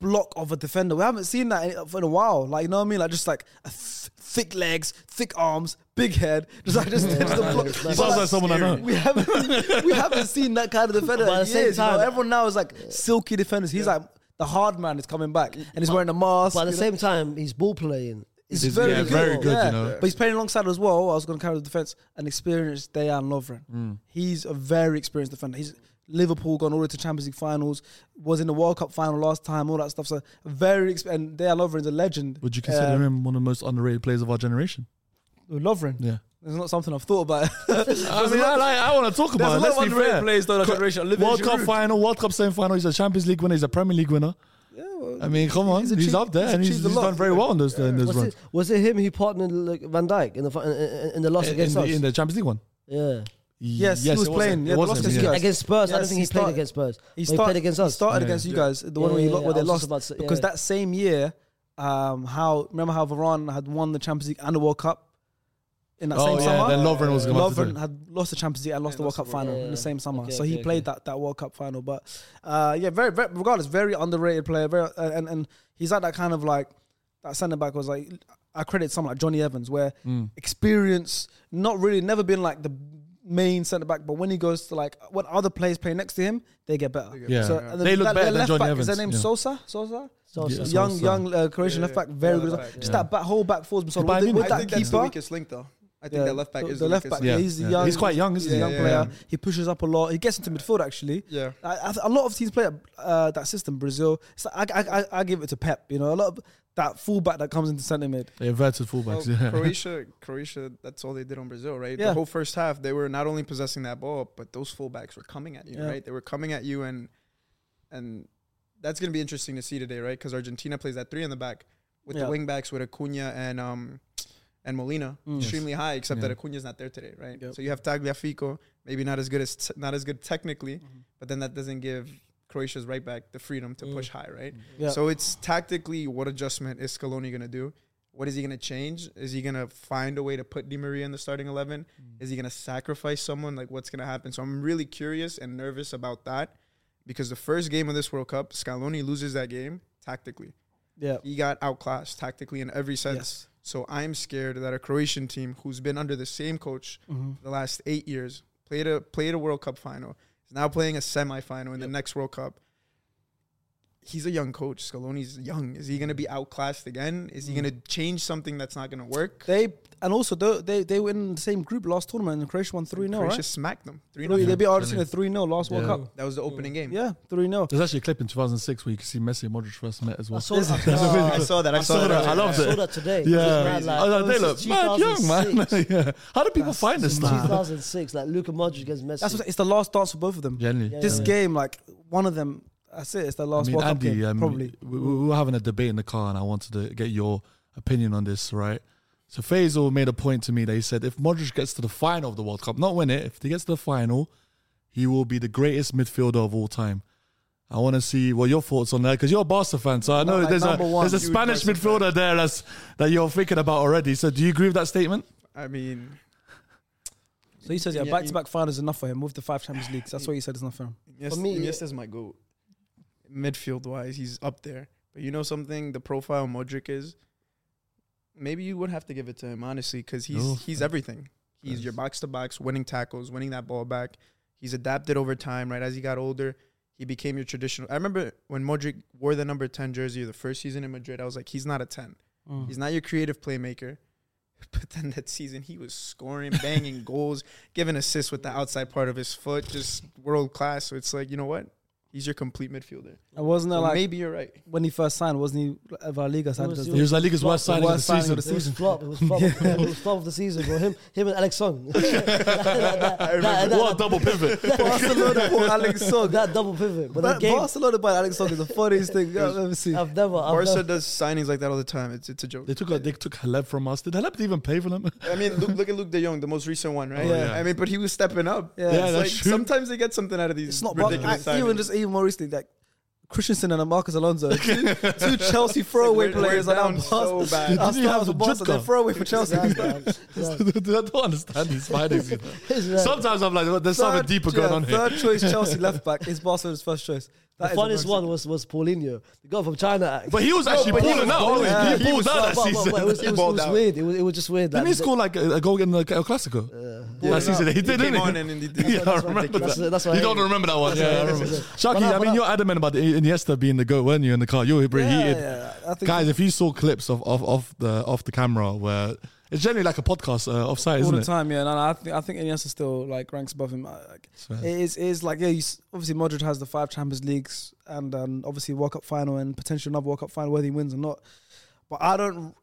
Speaker 2: block of a defender. We haven't seen that in, for in a while. Like you know what I mean? Like just like a th- thick legs, thick arms, big head. Just like just, just the block.
Speaker 3: Sounds
Speaker 2: But,
Speaker 3: like someone I know.
Speaker 2: We haven't we haven't seen that kind of defender.
Speaker 4: But at
Speaker 2: in
Speaker 4: the same
Speaker 2: years, you know?
Speaker 4: time-
Speaker 2: everyone now is like silky defenders. He's like the hard man is coming back and he's wearing a mask.
Speaker 4: Mm. But at the
Speaker 2: you know?
Speaker 4: same time, he's ball playing.
Speaker 2: He's
Speaker 3: He's-
Speaker 2: very
Speaker 3: yeah,
Speaker 2: good.
Speaker 3: very good, you
Speaker 2: yeah.
Speaker 3: know.
Speaker 2: But he's playing alongside as well. I was going to carry the defense. An experienced Dayan Lovren.
Speaker 3: Mm.
Speaker 2: He's a very experienced defender. He's Liverpool gone all the way to Champions League finals. Was in the World Cup final last time. All that stuff. So very exp- and Dayan Lovren's a legend.
Speaker 3: Would you consider
Speaker 2: Um,
Speaker 3: him one of the most underrated players of our generation?
Speaker 2: Lovren?
Speaker 3: Yeah.
Speaker 2: It's not something I've thought about.
Speaker 3: I mean, I, like, I want to talk
Speaker 2: There's
Speaker 3: about
Speaker 2: a
Speaker 3: it.
Speaker 2: lot
Speaker 3: Let's
Speaker 2: of
Speaker 3: be
Speaker 2: underrated
Speaker 3: fair.
Speaker 2: players though. in our generation. Olivier
Speaker 3: World Cup
Speaker 2: Giroud.
Speaker 3: final, World Cup semi-final. He's a Champions League winner. He's a Premier League winner.
Speaker 2: Yeah, well,
Speaker 3: I mean, come on, he's,
Speaker 2: a cheat-
Speaker 3: up there,
Speaker 2: he's
Speaker 3: and he's,
Speaker 2: achieved a
Speaker 3: he's
Speaker 2: lot.
Speaker 3: done very well in those in those
Speaker 4: Was
Speaker 3: runs.
Speaker 4: it, was it him who partnered like Van Dyke in the fi- in, in, in the loss
Speaker 3: In, in
Speaker 4: against
Speaker 3: the,
Speaker 4: us?
Speaker 3: in the Champions League one.
Speaker 4: yeah,
Speaker 2: Yes, he
Speaker 3: it
Speaker 2: was
Speaker 3: him.
Speaker 2: playing. Yeah,
Speaker 3: It
Speaker 2: they
Speaker 3: was
Speaker 2: lost
Speaker 3: him,
Speaker 2: to
Speaker 3: yeah.
Speaker 2: Yes.
Speaker 4: against Spurs. I
Speaker 2: Yes,
Speaker 4: don't think
Speaker 2: he
Speaker 4: he, played
Speaker 2: started-
Speaker 4: against Spurs.
Speaker 2: He,
Speaker 4: But he
Speaker 2: start-
Speaker 4: played against
Speaker 2: He
Speaker 4: us.
Speaker 2: started
Speaker 3: Yeah,
Speaker 2: against you
Speaker 3: yeah.
Speaker 2: guys. The one
Speaker 4: Yeah,
Speaker 2: where, he
Speaker 4: yeah,
Speaker 2: lo- where
Speaker 4: yeah,
Speaker 2: they
Speaker 4: I was just
Speaker 2: lost
Speaker 4: about to say,
Speaker 2: because
Speaker 4: yeah.
Speaker 2: that same year, um, how remember how Varane had won the Champions League and the World Cup in that
Speaker 3: Oh
Speaker 2: same
Speaker 3: yeah,
Speaker 2: summer.
Speaker 3: then Lovren was going to do
Speaker 2: Lovren
Speaker 3: it.
Speaker 2: had lost the Champions League and lost the World Cup final in
Speaker 4: yeah.
Speaker 2: the same summer,
Speaker 4: Okay,
Speaker 2: so he
Speaker 4: okay,
Speaker 2: played that, that World Cup final. But uh, yeah, very, very regardless, very underrated player. Very uh, and and he's like that kind of like that centre back was like I credit someone like Johnny Evans, where
Speaker 3: Mm.
Speaker 2: experience, not really, never been like the main centre back, but when he goes to like when other players play next to him, they get better.
Speaker 3: Yeah.
Speaker 2: So,
Speaker 3: Yeah.
Speaker 2: and the-
Speaker 3: They look
Speaker 2: that-
Speaker 3: better
Speaker 2: their
Speaker 3: than
Speaker 2: left
Speaker 3: Johnny
Speaker 2: back, Is
Speaker 3: Evans,
Speaker 2: their name
Speaker 3: yeah.
Speaker 2: Sosa? Sosa?
Speaker 4: So,
Speaker 3: Yeah.
Speaker 4: so-
Speaker 2: young,
Speaker 3: Sosa.
Speaker 2: young uh, Croatian
Speaker 6: Yeah,
Speaker 2: left back,
Speaker 6: yeah.
Speaker 2: very
Speaker 6: Yeah,
Speaker 2: good.
Speaker 6: left back,
Speaker 2: Just
Speaker 3: yeah.
Speaker 2: that back, whole back four's been so
Speaker 3: But I
Speaker 2: with, the-
Speaker 3: think-
Speaker 2: with
Speaker 6: I
Speaker 2: that
Speaker 6: think
Speaker 2: keeper.
Speaker 6: that's the weakest link, though. I think
Speaker 2: Yeah,
Speaker 6: that left back
Speaker 2: the,
Speaker 6: is
Speaker 2: the left back.
Speaker 6: weakest
Speaker 3: Yeah.
Speaker 6: link.
Speaker 2: He's a
Speaker 3: yeah.
Speaker 2: young.
Speaker 3: He's quite young, isn't
Speaker 2: he's
Speaker 6: he?
Speaker 2: a young
Speaker 6: Yeah,
Speaker 2: player.
Speaker 6: yeah.
Speaker 2: He pushes up a lot. He gets into midfield actually.
Speaker 6: Yeah.
Speaker 2: I, I th- a lot of teams play uh, that system. Brazil. So I, I, I, I give it to Pep. You know, a lot of that fullback that comes into centre mid.
Speaker 3: They inverted
Speaker 6: Well,
Speaker 2: Oh,
Speaker 3: fullbacks. Yeah.
Speaker 6: Croatia, Croatia. That's all they did on Brazil, right?
Speaker 2: Yeah.
Speaker 6: The whole first half, they were not only possessing that ball, but those fullbacks were coming at you,
Speaker 2: Yeah.
Speaker 6: right? They were coming at you, and and that's gonna be interesting to see today, right? Because Argentina plays that three in the back with
Speaker 2: Yeah.
Speaker 6: the wing backs with Acuna and um and Molina,
Speaker 2: Mm.
Speaker 6: extremely high. Except
Speaker 3: Yeah.
Speaker 6: that Acuna's not there today, right?
Speaker 2: Yep.
Speaker 6: So you have Tagliafico, maybe not as good as t- not as good technically,
Speaker 2: Mm-hmm.
Speaker 6: but then that doesn't give Croatia's right back the freedom to push high, right?
Speaker 2: Mm. Mm-hmm. Yeah.
Speaker 6: So it's tactically what adjustment is Scaloni going to do? What is he going to change? Is he going to find a way to put Di Maria in the starting 11?
Speaker 2: Mm.
Speaker 6: Is he going to sacrifice someone? Like what's going to happen? So I'm really curious and nervous about that because the first game of this World Cup, Scaloni loses that game tactically.
Speaker 2: yeah.
Speaker 6: He got outclassed tactically in every sense. So I'm scared that a Croatian team who's been under the same coach
Speaker 2: Mm-hmm.
Speaker 6: for the last 8 years, played a played a World Cup final, is now playing a semifinal in the next World Cup he's a young coach. Scaloni's young. Is he going to be outclassed again? Is he going to change something that's not going to work?
Speaker 2: Mm-hmm. They and also they, they they were in the same group last tournament and Croatia won three 0
Speaker 6: Croatia
Speaker 2: right?
Speaker 6: smacked them. 3
Speaker 2: Three, they beat Argentina
Speaker 3: Brilliant.
Speaker 2: three 0 last World
Speaker 3: Yeah.
Speaker 2: Cup.
Speaker 6: That was the opening game.
Speaker 2: Yeah, three 0
Speaker 3: There's actually a clip in 2006 where you can see Messi and Modric first met as well.
Speaker 4: I saw that.
Speaker 6: Oh, I saw that. I, saw, that.
Speaker 3: I
Speaker 4: I
Speaker 3: loved
Speaker 4: saw
Speaker 3: it.
Speaker 4: that today. It was
Speaker 3: Yeah,
Speaker 4: mad, like,
Speaker 3: I was
Speaker 2: oh,
Speaker 3: like,
Speaker 4: this
Speaker 3: they
Speaker 4: is
Speaker 3: look mad young, man.
Speaker 4: 2006.
Speaker 3: yeah. How do people find this stuff?
Speaker 4: 2006, like Luka Modric against Messi.
Speaker 2: That's what, it's the last dance for both of them.
Speaker 3: Generally,
Speaker 4: Yeah,
Speaker 2: This
Speaker 4: yeah.
Speaker 2: game, like one of them, that's it. It's the
Speaker 3: I
Speaker 2: last
Speaker 3: mean,
Speaker 2: World Cup
Speaker 3: Andy,
Speaker 2: game,
Speaker 3: um,
Speaker 2: probably.
Speaker 3: We, we were having a debate in the car, and I wanted to get your opinion on this, right? So Faisal made a point to me that he said if Modric gets to the final of the World Cup, not win it, if he gets to the final, he will be the greatest midfielder of all time. I want to see what your thoughts on that because you're a Barca fan, so I know
Speaker 2: like
Speaker 3: there's a
Speaker 2: number one,
Speaker 3: there's a
Speaker 6: huge
Speaker 3: Spanish
Speaker 6: Barca fan.
Speaker 3: midfielder there that's that you're thinking about already. So do you agree with that statement?
Speaker 6: I mean,
Speaker 2: So he says, yeah,
Speaker 6: Yeah,
Speaker 2: back to back final is enough for him with the five Champions Leagues. That's what he said is enough for him.
Speaker 6: yes,
Speaker 4: For me,
Speaker 6: Iniesta's my goat. Midfield wise, he's up there. But you know something? The profile Modric is. Maybe you would have to give it to him honestly, because he's
Speaker 3: No,
Speaker 6: he's
Speaker 3: fair.
Speaker 6: everything. He's
Speaker 3: Fair.
Speaker 6: your box to box, winning tackles, winning that ball back. He's adapted over time, right? As he got older, he became your traditional. I remember when Modric wore the number 10 jersey the first season in Madrid, I was like, he's not a 10. He's not your creative playmaker. But then that season, he was scoring, banging goals, giving assists with the outside part of his foot, just world class. So it's like, you know what? He's your complete midfielder.
Speaker 2: And wasn't that
Speaker 6: So
Speaker 2: like
Speaker 6: maybe you're right.
Speaker 2: when he first signed? Wasn't he a Liga signed?
Speaker 4: was-
Speaker 2: as
Speaker 4: he
Speaker 3: He was La Liga's worst signing of the
Speaker 2: Worst signing
Speaker 3: season.
Speaker 2: of the
Speaker 4: It was
Speaker 2: season.
Speaker 4: flop. It was flop. it was flop of the season, bro. Him, him and Alex Song. that, that- that- that- oh,
Speaker 3: What a double pivot.
Speaker 2: Barcelona bought Alex Song.
Speaker 4: that double pivot. But the
Speaker 2: Ba-
Speaker 4: game,
Speaker 2: Barcelona bought Alex Song is the funniest thing I've ever seen.
Speaker 4: I've never. I've
Speaker 6: Barca
Speaker 4: never
Speaker 6: does signings like that all the time. It's it's a joke.
Speaker 3: They took they took Haleb from us. Did Haleb even pay for them?
Speaker 6: I mean, look, look at Luke De Jong, the most recent one, right?
Speaker 3: Oh, yeah.
Speaker 6: I mean, but he was stepping up.
Speaker 2: Yeah.
Speaker 6: It's
Speaker 2: Yeah,
Speaker 3: that's
Speaker 6: like
Speaker 3: true.
Speaker 6: Sometimes they get something out of these
Speaker 2: It's not but
Speaker 6: ridiculous
Speaker 2: I- even
Speaker 6: signings.
Speaker 2: just even more recently, like Christensen and Marcus Alonso, two, two Chelsea throwaway
Speaker 6: We're- we're
Speaker 2: players are now
Speaker 6: down so
Speaker 2: Barca-
Speaker 6: bad.
Speaker 2: are
Speaker 3: Didn't he
Speaker 2: now
Speaker 3: have the
Speaker 2: Barca. They're
Speaker 3: Jutka?
Speaker 2: throwaway for Chelsea.
Speaker 4: That's bad.
Speaker 3: I
Speaker 4: That's
Speaker 3: don't understand these findings. you know.
Speaker 4: bad.
Speaker 3: Sometimes I'm like, there's
Speaker 2: Third-
Speaker 3: something deeper
Speaker 2: yeah,
Speaker 3: going on here.
Speaker 2: Third choice Chelsea left back is Barcelona's first choice. That
Speaker 4: the
Speaker 2: is
Speaker 4: funniest
Speaker 2: embarrassing.
Speaker 4: one was was Paulinho, the guy from China.
Speaker 3: But he was actually
Speaker 6: but he
Speaker 3: balling
Speaker 6: was
Speaker 3: out. He
Speaker 2: balling. Yeah.
Speaker 3: was- He balled out that
Speaker 4: But- but- but it was,
Speaker 6: He
Speaker 4: it was, it
Speaker 6: balled
Speaker 4: was
Speaker 6: out.
Speaker 4: weird. It was, it was just weird.
Speaker 3: Didn't he
Speaker 4: Like,
Speaker 3: score like a, a goal in the El Clasico?
Speaker 6: Yeah,
Speaker 3: that season
Speaker 6: no,
Speaker 3: he did,
Speaker 6: came
Speaker 3: didn't
Speaker 6: on
Speaker 3: he?
Speaker 6: and he did.
Speaker 3: Yeah, I remember
Speaker 4: That's-
Speaker 3: that.
Speaker 4: that's why
Speaker 3: you
Speaker 4: I-
Speaker 3: don't remember that one. Yeah, I remember. Shaki,
Speaker 4: But no,
Speaker 3: I
Speaker 4: but
Speaker 3: mean,
Speaker 4: no.
Speaker 3: you're adamant about the Iniesta being the goat, weren't you, in the car? You were pretty heated.
Speaker 2: Yeah, yeah, I think
Speaker 3: Guys, if you saw clips of off, off the off the camera where it's generally like a podcast uh, offsite,
Speaker 2: all
Speaker 3: isn't
Speaker 2: the
Speaker 3: it?
Speaker 2: time, yeah. No, no, I think I think Iniesta still like ranks above him. I- Like,
Speaker 3: So-
Speaker 2: it is it is like yeah. You, s- obviously, Modric has the five Champions Leagues and um, obviously World Cup final and potentially another World Cup final, whether he wins or not. But I don't,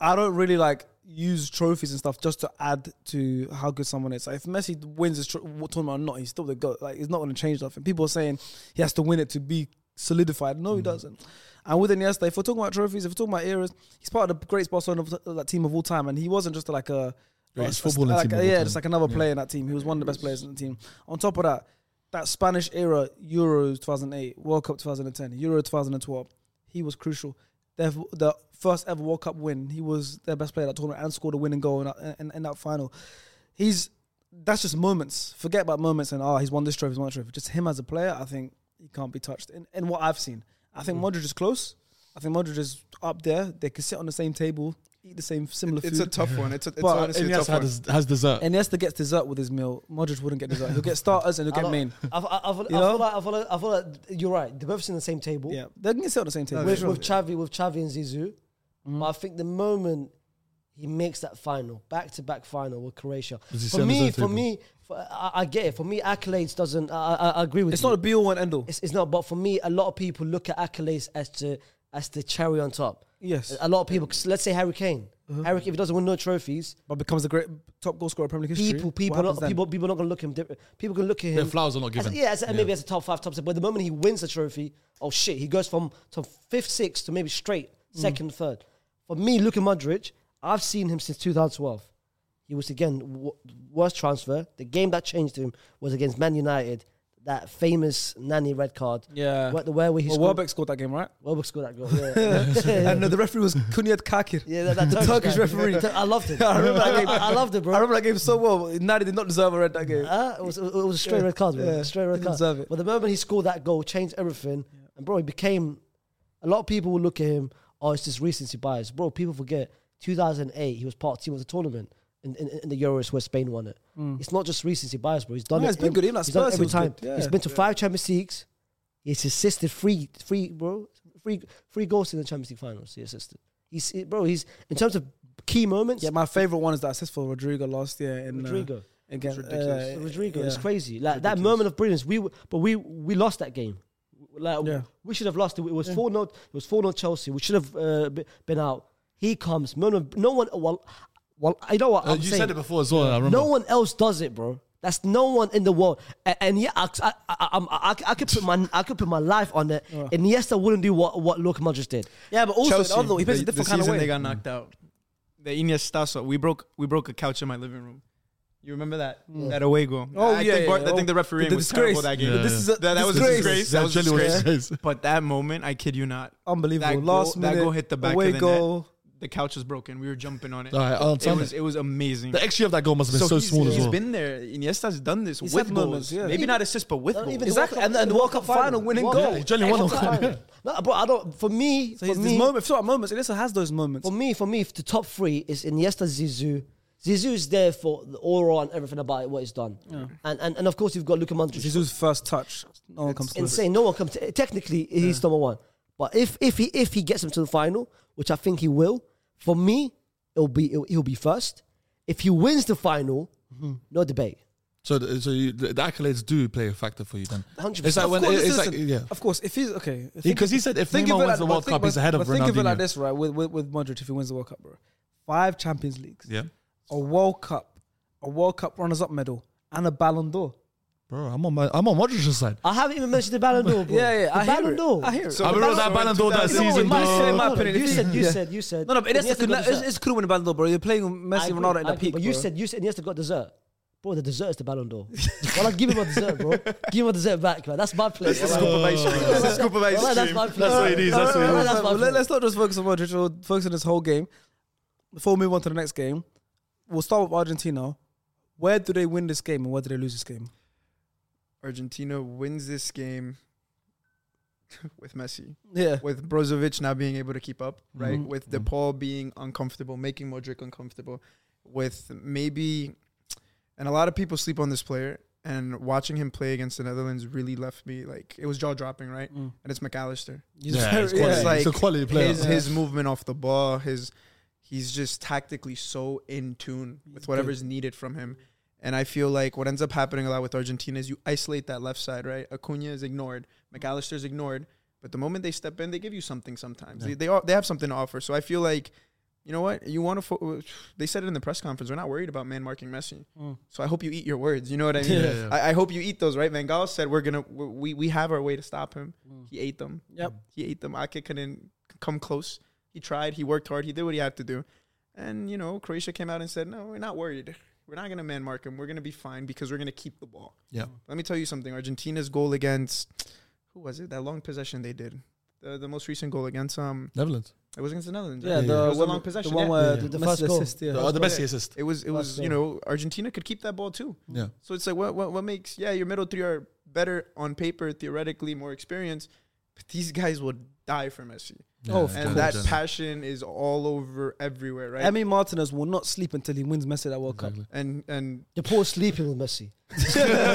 Speaker 2: I don't really like use trophies and stuff just to add to how good someone is. Like if Messi wins this tro- what tournament or not, he's still the goat. Like it's not going to change nothing. People are saying he has to win it to be solidified.
Speaker 3: Mm.
Speaker 2: No, he doesn't. And with Iniesta, if we're talking about trophies, if we're talking about eras, he's part of the greatest Barcelona of that team of all time, and he wasn't just like a
Speaker 3: Greatest
Speaker 2: a- a-
Speaker 3: footballer
Speaker 2: like,
Speaker 3: team of all
Speaker 2: yeah,
Speaker 3: time.
Speaker 2: just like another
Speaker 3: Yeah.
Speaker 2: player in that team. He was one of the best players in the team. On top of that, that Spanish era, Euros 2008, World Cup 2010, Euro 2012, he was crucial. Their, the first ever World Cup win, he was their best player at that tournament and scored a winning goal in that, in, in that final. He's that's just moments. Forget about moments and oh, he's won this trophy, he's won that trophy. Just him as a player, I think he can't be touched. In, in what I've seen, I
Speaker 4: Mm.
Speaker 2: think Modric is close. I think Modric is up there. They can sit on the same table, eat the same similar
Speaker 6: It's a
Speaker 2: food.
Speaker 6: tough one. It's, a, it's
Speaker 2: But
Speaker 6: honestly a
Speaker 3: Iniesta
Speaker 6: tough one.
Speaker 3: has, has dessert.
Speaker 2: And Iniesta gets dessert with his meal. Modric wouldn't get dessert. He'll get starters and he'll
Speaker 4: I
Speaker 2: get
Speaker 4: don't-
Speaker 2: main.
Speaker 4: I, I, I, feel,
Speaker 2: You
Speaker 4: I,
Speaker 2: know?
Speaker 4: feel like, I, feel like, I feel like you're right. They're both sitting on the same table.
Speaker 2: Yeah, they can sit on the same table.
Speaker 6: No,
Speaker 4: with,
Speaker 6: sure.
Speaker 4: with Xavi, with Xavi and Zizou.
Speaker 2: Mm-hmm.
Speaker 4: But I think the moment he makes that final, back to back final with Croatia,
Speaker 3: Does he
Speaker 4: for
Speaker 3: sit on his
Speaker 4: me,
Speaker 3: own
Speaker 4: for
Speaker 3: table?
Speaker 4: me, for, I, I get it. For me, accolades doesn't. I, I, I agree with
Speaker 2: It's
Speaker 4: you.
Speaker 2: not a be all and end all.
Speaker 4: it's, it's not. But for me, a lot of people look at accolades as to as the cherry on top.
Speaker 2: Yes,
Speaker 4: A lot of people, 'cause let's say Harry Kane.
Speaker 2: Uh-huh.
Speaker 4: Harry, Kane, if he doesn't win no trophies,
Speaker 2: but becomes the great top goal scorer in Premier League history.
Speaker 4: people,
Speaker 2: What
Speaker 4: people,
Speaker 2: happens
Speaker 4: not,
Speaker 2: then?
Speaker 4: people, people are not gonna look him different. People can look at
Speaker 3: Their
Speaker 4: him.
Speaker 3: flowers are not
Speaker 4: As,
Speaker 3: given.
Speaker 4: yeah, as, maybe as a top five, top six. But the moment he wins the trophy, oh shit, he goes from to fifth, sixth to maybe straight
Speaker 2: Mm.
Speaker 4: second, third. For me, Luka Modric, I've seen him since 2012. He was again w- worst transfer. The game that changed him was against Man United. That famous Nani red card.
Speaker 2: Yeah.
Speaker 4: where, the where he
Speaker 2: Well,
Speaker 4: scored.
Speaker 2: Welbeck scored that game, right?
Speaker 4: Welbeck scored that goal. Yeah,
Speaker 2: and uh, the referee was Kunyat Kakir.
Speaker 4: yeah that, that
Speaker 2: The Turkish
Speaker 4: guy.
Speaker 2: referee.
Speaker 4: I loved it.
Speaker 2: I
Speaker 4: I,
Speaker 2: remember that game.
Speaker 4: I loved it, bro.
Speaker 2: I remember that game so well. Nadi did not deserve a red that game.
Speaker 4: Uh, it was it was a straight
Speaker 2: Yeah.
Speaker 4: red card, man.
Speaker 2: Yeah.
Speaker 4: Straight red
Speaker 2: Didn't
Speaker 4: card.
Speaker 2: deserve it.
Speaker 4: But the moment he scored that goal, changed everything. And bro, he became. A lot of people will look at him. Oh, it's just recency bias, bro. People forget 2008. He was part of the team of the tournament in, in, in the Euros where Spain won it. It's not just recency bias, bro. He's done
Speaker 2: No, Hmm.
Speaker 4: it.
Speaker 2: he's been
Speaker 4: ev-
Speaker 2: good. Even at
Speaker 4: he's done it
Speaker 2: Spurs, he
Speaker 4: every
Speaker 2: was
Speaker 4: time.
Speaker 2: good. Yeah.
Speaker 4: He's been to five Champions Leagues. He's assisted three, three, bro, three, three goals in the Champions League finals. He assisted. He's bro. He's in terms of key moments.
Speaker 2: Yeah, my favorite one is that assist for Rodrigo last year in uh,
Speaker 4: Rodrigo.
Speaker 2: against
Speaker 6: It's ridiculous.
Speaker 2: uh,
Speaker 4: Rodrigo, it's
Speaker 2: yeah.
Speaker 4: crazy. Like that moment of brilliance. We were, but we we lost that game. Like
Speaker 2: Yeah.
Speaker 4: we should have lost it. It was four 0 It was four 0 Chelsea. We should have uh, be- been out. He comes. No, no, no one. Well, well, I know what
Speaker 3: Uh,
Speaker 4: I'm
Speaker 3: you
Speaker 4: saying.
Speaker 3: said it before as well. I remember.
Speaker 4: No one else does it, bro. That's no one in the world. And, and yeah, I, I, I, I'm- I, I could put my I could put my life on it. And yes, I wouldn't do what what Luka Modric did.
Speaker 2: Yeah, but also
Speaker 6: Chelsea,
Speaker 2: the other, he plays
Speaker 6: the,
Speaker 2: a different
Speaker 6: the
Speaker 2: kind of
Speaker 6: season
Speaker 2: way.
Speaker 6: they got knocked out. The Iniestazo. We broke we broke a couch in my living room. You remember that? That away goal.
Speaker 2: Oh,
Speaker 6: I
Speaker 2: yeah,
Speaker 6: think, Bar-
Speaker 2: yeah.
Speaker 6: I think the
Speaker 2: Oh,
Speaker 6: referee
Speaker 2: the
Speaker 6: was
Speaker 2: disgrace.
Speaker 6: terrible that game.
Speaker 3: Yeah,
Speaker 2: This
Speaker 3: yeah.
Speaker 2: is a,
Speaker 6: That- that was a
Speaker 2: disgrace.
Speaker 6: disgrace.
Speaker 3: That
Speaker 6: That was
Speaker 3: generally was
Speaker 6: disgrace.
Speaker 3: disgrace.
Speaker 6: But that moment, I kid you not,
Speaker 2: Unbelievable.
Speaker 6: That
Speaker 2: Last
Speaker 6: goal- that
Speaker 2: minute,
Speaker 6: goal hit the back
Speaker 2: away
Speaker 6: of the net.
Speaker 2: goal.
Speaker 6: the couch was broken. We were jumping on it.
Speaker 3: All right, I'll
Speaker 6: it
Speaker 3: tell
Speaker 6: was
Speaker 3: you.
Speaker 6: it was amazing.
Speaker 3: The XG of that goal must have been so,
Speaker 6: he's,
Speaker 3: small as
Speaker 6: he's
Speaker 3: well.
Speaker 6: been there. Iniesta's done this
Speaker 2: He's
Speaker 6: with
Speaker 2: had
Speaker 6: goals.
Speaker 2: moments, yeah.
Speaker 6: Maybe not assists, but with
Speaker 4: Even
Speaker 6: goals.
Speaker 4: the
Speaker 2: Exactly,
Speaker 4: World
Speaker 2: and-
Speaker 4: Cup-
Speaker 2: and the World Cup final winning
Speaker 4: World Cup
Speaker 2: goal.
Speaker 4: final.
Speaker 3: Generally one
Speaker 4: Extra
Speaker 3: of them.
Speaker 4: time. No, bro, I don't. For me,
Speaker 2: So
Speaker 4: for
Speaker 2: he's
Speaker 4: me,
Speaker 2: these moments, sort of moments. Iniesta has those moments.
Speaker 4: For me, for me, the top three is Iniesta, Zizou. Zizou is there for the aura and everything about it, what he's done, and, and and of course you've got Luka Modric.
Speaker 2: Jesus's first touch. No one comes close.
Speaker 4: insane. No one comes. Technically, he's number one. But if if he if he gets him to the final, which I think he will, for
Speaker 2: Mm-hmm.
Speaker 4: me, it'll be it'll, he'll be first. If he wins the final, no debate.
Speaker 3: So, th- so you, the, the accolades do play a factor for you then.
Speaker 4: 100%.
Speaker 3: It's like
Speaker 2: Of
Speaker 3: when
Speaker 2: course,
Speaker 3: it- it's like
Speaker 2: listen,
Speaker 3: yeah,
Speaker 2: Of course, if he's okay, think-
Speaker 3: because he said if
Speaker 2: think of
Speaker 3: Neymar
Speaker 2: it
Speaker 3: wins
Speaker 2: like-
Speaker 3: the
Speaker 2: but
Speaker 3: World
Speaker 2: think-
Speaker 3: Cup, he's
Speaker 2: but-
Speaker 3: ahead of
Speaker 2: but Think of it like
Speaker 3: Ronaldinho.
Speaker 2: this, right? With with, with Modric, if he wins the World Cup, bro, five Champions Leagues,
Speaker 3: Yeah,
Speaker 2: a World Cup, a World Cup runners-up medal, and a Ballon d'Or.
Speaker 3: bro, I'm on my, I'm on Modric's side.
Speaker 4: I haven't even mentioned the Ballon d'Or, bro.
Speaker 2: Yeah, yeah,
Speaker 4: the
Speaker 2: I hear
Speaker 4: Ballon
Speaker 2: it.
Speaker 4: d'Or.
Speaker 2: I hear it.
Speaker 6: So
Speaker 3: I
Speaker 6: the
Speaker 3: remember that Ballon
Speaker 6: Ballon
Speaker 3: d'Or
Speaker 6: d'Or
Speaker 3: that
Speaker 6: in
Speaker 3: season,
Speaker 2: my-
Speaker 3: bro.
Speaker 2: in my
Speaker 4: No, no,
Speaker 2: opinion,
Speaker 4: you
Speaker 2: if he-
Speaker 4: said, you
Speaker 2: yeah.
Speaker 4: said, you said.
Speaker 2: No, no, but Iniesta
Speaker 4: Iniesta
Speaker 2: could
Speaker 4: got
Speaker 2: not, it's,
Speaker 4: dessert.
Speaker 2: it's cool with a Ballon d'Or, bro. You're playing with
Speaker 4: I
Speaker 2: Messi and
Speaker 4: agree,
Speaker 2: Ronaldo at
Speaker 4: I
Speaker 2: the
Speaker 4: agree,
Speaker 2: peak,
Speaker 4: But
Speaker 2: bro.
Speaker 4: you said you said Iniesta got dessert. Bro, the dessert is the Ballon d'Or. well, like, give him a dessert, bro. Give him a dessert back, man. That's my place.
Speaker 6: It's a scoop of ice cream. It's a scoop of
Speaker 4: Well,
Speaker 6: ice
Speaker 4: that's my
Speaker 6: cream.
Speaker 4: place.
Speaker 3: That's what it is, that's what it is.
Speaker 4: Well, that's my
Speaker 2: Let,
Speaker 4: place.
Speaker 2: us not just focus on Modric. We'll focus on this whole game. Before we move on to the next game, we'll start with Argentina. Where do they win this game and where do they lose this game?
Speaker 6: Argentina wins this game with Messi,
Speaker 2: Yeah.
Speaker 6: with Brozovic not being able to keep up, right?
Speaker 3: Mhm.
Speaker 6: With
Speaker 3: Mhm.
Speaker 6: DePaul being uncomfortable, making Modric uncomfortable, with maybe, and a lot of people sleep on this player. And watching him play against the Netherlands really left me like it was jaw dropping, right?
Speaker 2: Mm.
Speaker 6: And it's McAllister.
Speaker 2: He's
Speaker 3: Yeah,
Speaker 2: very-
Speaker 3: it's
Speaker 6: It's
Speaker 3: quality.
Speaker 6: like
Speaker 3: He's a quality player.
Speaker 6: His,
Speaker 2: Yeah.
Speaker 6: his movement off the ball, his he's just tactically so in tune with whatever's needed from him. And I feel like what ends up happening a lot with Argentina is you isolate that left side, right? Acuna is ignored, McAllister's ignored, but the moment they step in, they give you something. Sometimes
Speaker 3: Yeah.
Speaker 6: they they, are, they have something to offer. So I feel like. You know what? You want to. Fo- uh, they said it in the press conference. We're not worried about man marking Messi.
Speaker 2: Mm.
Speaker 6: So I hope you eat your words. You know what I mean?
Speaker 3: Yeah, yeah.
Speaker 6: I, I hope you eat those, right? Van Gaal said we're gonna we we have our way to stop him.
Speaker 3: Mm.
Speaker 6: He ate them.
Speaker 2: Yep.
Speaker 6: He ate them. Ake couldn't come close. He tried. He worked hard. He did what he had to do. And you know, Croatia came out and said, "No, we're not worried. We're not gonna man mark him. We're gonna be fine because we're gonna keep the ball."
Speaker 3: Yeah.
Speaker 6: Let me tell you something. Argentina's goal against who was it? That long possession they did. The, the most recent goal against um
Speaker 3: Netherlands.
Speaker 6: it was against the Netherlands.
Speaker 2: Yeah,
Speaker 6: right?
Speaker 2: the,
Speaker 6: it was
Speaker 2: one,
Speaker 6: a long possession.
Speaker 2: The one
Speaker 6: yeah.
Speaker 2: where
Speaker 3: Yeah.
Speaker 2: the,
Speaker 4: The
Speaker 2: Messi
Speaker 4: first goal.
Speaker 2: assist, yeah.
Speaker 3: Oh, the
Speaker 6: what-
Speaker 3: best assist.
Speaker 6: it was it was
Speaker 2: Last
Speaker 6: you
Speaker 2: goal.
Speaker 6: know Argentina could keep that ball too.
Speaker 3: Yeah.
Speaker 6: So it's like what what what makes yeah your middle three are better on paper theoretically more experience, but these guys will die for Messi.
Speaker 2: Oh,
Speaker 3: Yeah,
Speaker 2: of
Speaker 6: and
Speaker 3: yeah,
Speaker 6: that
Speaker 3: yeah.
Speaker 6: passion is all over everywhere, right?
Speaker 2: Emi Martinez will not sleep until he wins Messi that World
Speaker 3: Exactly.
Speaker 6: and and
Speaker 4: The poor sleeping with Messi.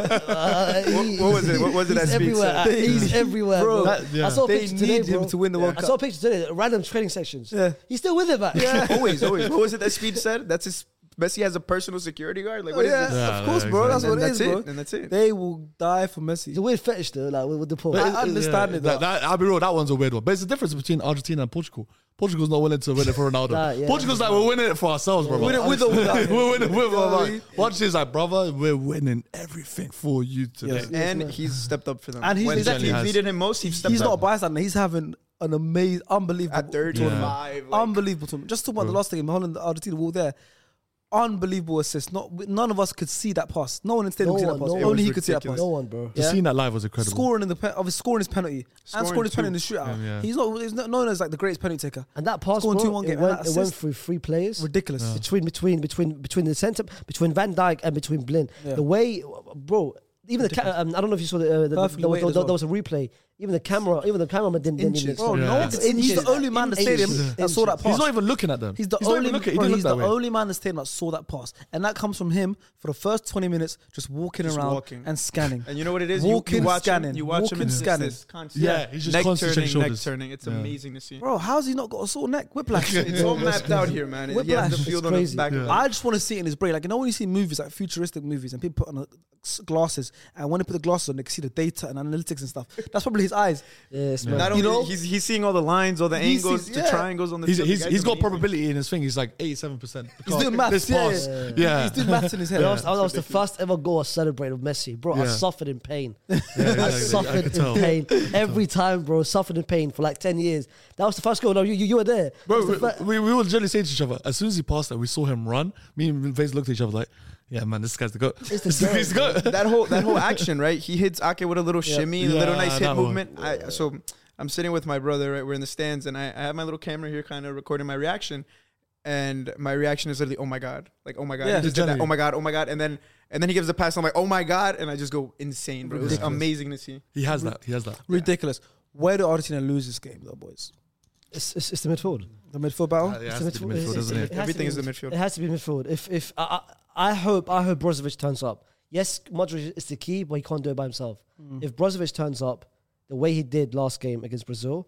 Speaker 6: What- what was it? What was it that
Speaker 4: He's
Speaker 6: Speed
Speaker 4: everywhere.
Speaker 6: said?
Speaker 4: He's everywhere,
Speaker 2: Bro,
Speaker 4: bro.
Speaker 3: that- yeah.
Speaker 4: I saw a
Speaker 2: Cup. They
Speaker 4: picture
Speaker 2: need
Speaker 4: today, bro.
Speaker 2: him to win the World
Speaker 4: I
Speaker 2: Cup.
Speaker 4: saw a picture today. Random training sections.
Speaker 2: Yeah.
Speaker 4: He's still with it, man.
Speaker 2: Yeah.
Speaker 6: always always what was it that Speed said? That's his Messi has a personal security guard. Like
Speaker 2: Oh,
Speaker 6: what is
Speaker 2: yeah,
Speaker 6: this?
Speaker 3: Yeah,
Speaker 2: of course,
Speaker 3: yeah,
Speaker 2: bro.
Speaker 3: exactly.
Speaker 2: That's
Speaker 6: and
Speaker 2: what it
Speaker 6: that's
Speaker 2: is,
Speaker 6: it,
Speaker 2: bro.
Speaker 6: and that's it.
Speaker 2: They will die for
Speaker 4: It's a
Speaker 2: Messi.
Speaker 4: weird fetish though, like with, with the poor.
Speaker 2: But- I
Speaker 3: it-
Speaker 2: understand it,
Speaker 3: That,
Speaker 2: though.
Speaker 3: that, I'll be real, that one's a weird one. But it's the difference between Argentina and Portugal. Portugal's not willing to win it for Ronaldo.
Speaker 4: That, yeah.
Speaker 3: Portugal's like, we're winning it for ourselves, brother.
Speaker 2: With it- with or without.
Speaker 3: we're winning with
Speaker 2: You know what I
Speaker 3: our
Speaker 2: mean?
Speaker 3: Watch this, like, brother, we're winning everything for you today.
Speaker 2: Yes.
Speaker 6: and he's stepped up for them.
Speaker 2: And he's-
Speaker 6: when
Speaker 2: exactly.
Speaker 6: teams needed him most, he stepped
Speaker 2: He's
Speaker 6: up.
Speaker 2: not a bystander. He's having an amazing, unbelievable
Speaker 6: at 30,
Speaker 3: Yeah.
Speaker 6: 25. like-
Speaker 2: unbelievable tournament. Just talk about the last game, Holland, Argentina, we were there. Unbelievable assist. Not none of us could see that pass. No one in the stadium
Speaker 4: No
Speaker 2: could see
Speaker 4: one,
Speaker 2: that pass.
Speaker 4: no one.
Speaker 2: Only
Speaker 6: It
Speaker 2: he
Speaker 6: was
Speaker 2: could see that pass.
Speaker 6: ridiculous.
Speaker 4: no one, bro.
Speaker 3: Just
Speaker 2: Yeah.
Speaker 3: seeing that live was incredible.
Speaker 2: Scoring in the pen, obviously scoring his penalty and
Speaker 6: Scoring
Speaker 2: scoring his
Speaker 6: two.
Speaker 2: penalty in the shootout.
Speaker 3: Yeah.
Speaker 2: He's not he's not known as like the greatest penalty taker.
Speaker 4: And that pass,
Speaker 2: Scoring
Speaker 4: bro,
Speaker 2: 2-1 game,
Speaker 4: it,
Speaker 2: and
Speaker 4: went,
Speaker 2: that
Speaker 4: it went
Speaker 2: assist.
Speaker 4: through three players.
Speaker 2: Ridiculous.
Speaker 4: between between between between the center between Van Dijk and between Blin.
Speaker 2: Yeah.
Speaker 4: The way, bro. Even the ca- um, I don't know if you saw the, uh, the, the,
Speaker 2: Perfectly
Speaker 4: there was-
Speaker 2: weighted as
Speaker 4: there
Speaker 2: well.
Speaker 4: was a replay. Even the camera, even the cameraman didn't. didn't even
Speaker 6: Inches.
Speaker 2: Bro,
Speaker 4: expect
Speaker 2: no
Speaker 3: Yeah.
Speaker 2: one's- he's
Speaker 4: Inches.
Speaker 2: the only man in the stadium
Speaker 4: Inches.
Speaker 2: that saw that pass.
Speaker 3: He's not even looking at them.
Speaker 2: He's the
Speaker 3: He's not
Speaker 2: only
Speaker 3: even looking. He
Speaker 2: bro,
Speaker 3: didn't look
Speaker 2: he's
Speaker 3: that
Speaker 2: the
Speaker 3: way.
Speaker 2: only man in the stadium that saw that pass, and that comes from him for the first twenty minutes just walking
Speaker 6: Just
Speaker 2: around
Speaker 6: walking.
Speaker 2: and scanning.
Speaker 6: And you know what it is?
Speaker 2: Walking,
Speaker 6: you, you watch
Speaker 2: scanning,
Speaker 6: him, you watch
Speaker 2: walking,
Speaker 6: him and
Speaker 2: scanning.
Speaker 6: scanning. This constant,
Speaker 3: Yeah, he's just
Speaker 6: neck
Speaker 3: constantly
Speaker 6: turning,
Speaker 3: checking
Speaker 6: neck
Speaker 3: shoulders.
Speaker 6: turning. It's
Speaker 3: Yeah.
Speaker 6: amazing to see.
Speaker 2: Bro, how's he not got a sore neck? Whiplash.
Speaker 6: It's all mapped out here, man. He
Speaker 2: Whiplash.
Speaker 6: has the
Speaker 2: It's
Speaker 6: field on his
Speaker 4: crazy.
Speaker 6: back.
Speaker 3: Yeah.
Speaker 2: I just want to see it in his brain. Like, you know, when you see movies, like futuristic movies, and people put on uh, s- glasses, and when they put the glasses on, they can see the data and analytics and stuff. That's probably his eyes.
Speaker 4: Yes, man.
Speaker 6: Not
Speaker 2: You
Speaker 6: only
Speaker 2: know?
Speaker 6: he's he's seeing all the lines, all the
Speaker 2: He
Speaker 6: angles,
Speaker 2: sees-
Speaker 6: the
Speaker 2: yeah.
Speaker 6: triangles on the.
Speaker 3: He's,
Speaker 6: field.
Speaker 3: he's,
Speaker 6: The
Speaker 3: he's
Speaker 6: guy's
Speaker 3: got
Speaker 6: amazing.
Speaker 3: probability in his thing. He's like 87%.
Speaker 2: He's doing maths,
Speaker 3: This
Speaker 2: yeah,
Speaker 3: pass.
Speaker 2: yeah,
Speaker 3: Yeah.
Speaker 2: He's doing maths in his head.
Speaker 4: I was, I was the
Speaker 6: ridiculous.
Speaker 4: first ever goal I celebrated with Messi, bro. I
Speaker 3: Yeah.
Speaker 4: suffered in pain.
Speaker 3: yeah,
Speaker 4: I
Speaker 3: yeah, I
Speaker 4: suffered
Speaker 3: could
Speaker 4: in
Speaker 3: tell.
Speaker 4: pain every time, bro. Suffered in pain for like ten years. That was the first goal. No, you you, you were there.
Speaker 3: Bro,
Speaker 4: That was the
Speaker 3: we, we, we were generally saying to each other, as soon as he passed that, we saw him run. Me and Vince looked at each other like, yeah, man, this guy's the goat.
Speaker 4: It's the
Speaker 3: This guy's the goat.
Speaker 6: that whole that whole action, right? He hits Ake with a little shimmy, a
Speaker 3: Yeah,
Speaker 6: little nice hip
Speaker 3: that one.
Speaker 6: movement. I, so I'm sitting with my brother, right? We're in the stands, and I, I have my little camera here, kind of recording my reaction. And my reaction is literally, "Oh my god!" Like, "Oh my god!"
Speaker 2: Yeah.
Speaker 6: he just did that.
Speaker 3: Degenerate.
Speaker 6: Oh my god! Oh my god! And then and then he gives the pass. I'm like, "Oh my god!" And I just go insane, bro. It was amazing to see.
Speaker 3: He has that. He has that.
Speaker 2: Ridiculous. Where do Argentina lose this game, though, boys?
Speaker 4: it's, it's, it's the midfield.
Speaker 2: The midfield battle?
Speaker 3: It
Speaker 4: It's
Speaker 3: Uh, has to be
Speaker 4: the midfield.
Speaker 3: midfield,
Speaker 4: It's-
Speaker 3: doesn't
Speaker 4: it
Speaker 3: it?
Speaker 4: has to
Speaker 6: Everything
Speaker 4: be
Speaker 6: is the
Speaker 4: mid-
Speaker 6: midfield.
Speaker 4: It has to be midfield. If if I, I I hope I hope Brozovic turns up. Yes, Modric is the key, but he
Speaker 6: Mm.
Speaker 4: can't do it by himself. If Brozovic turns up the way he did last game against Brazil,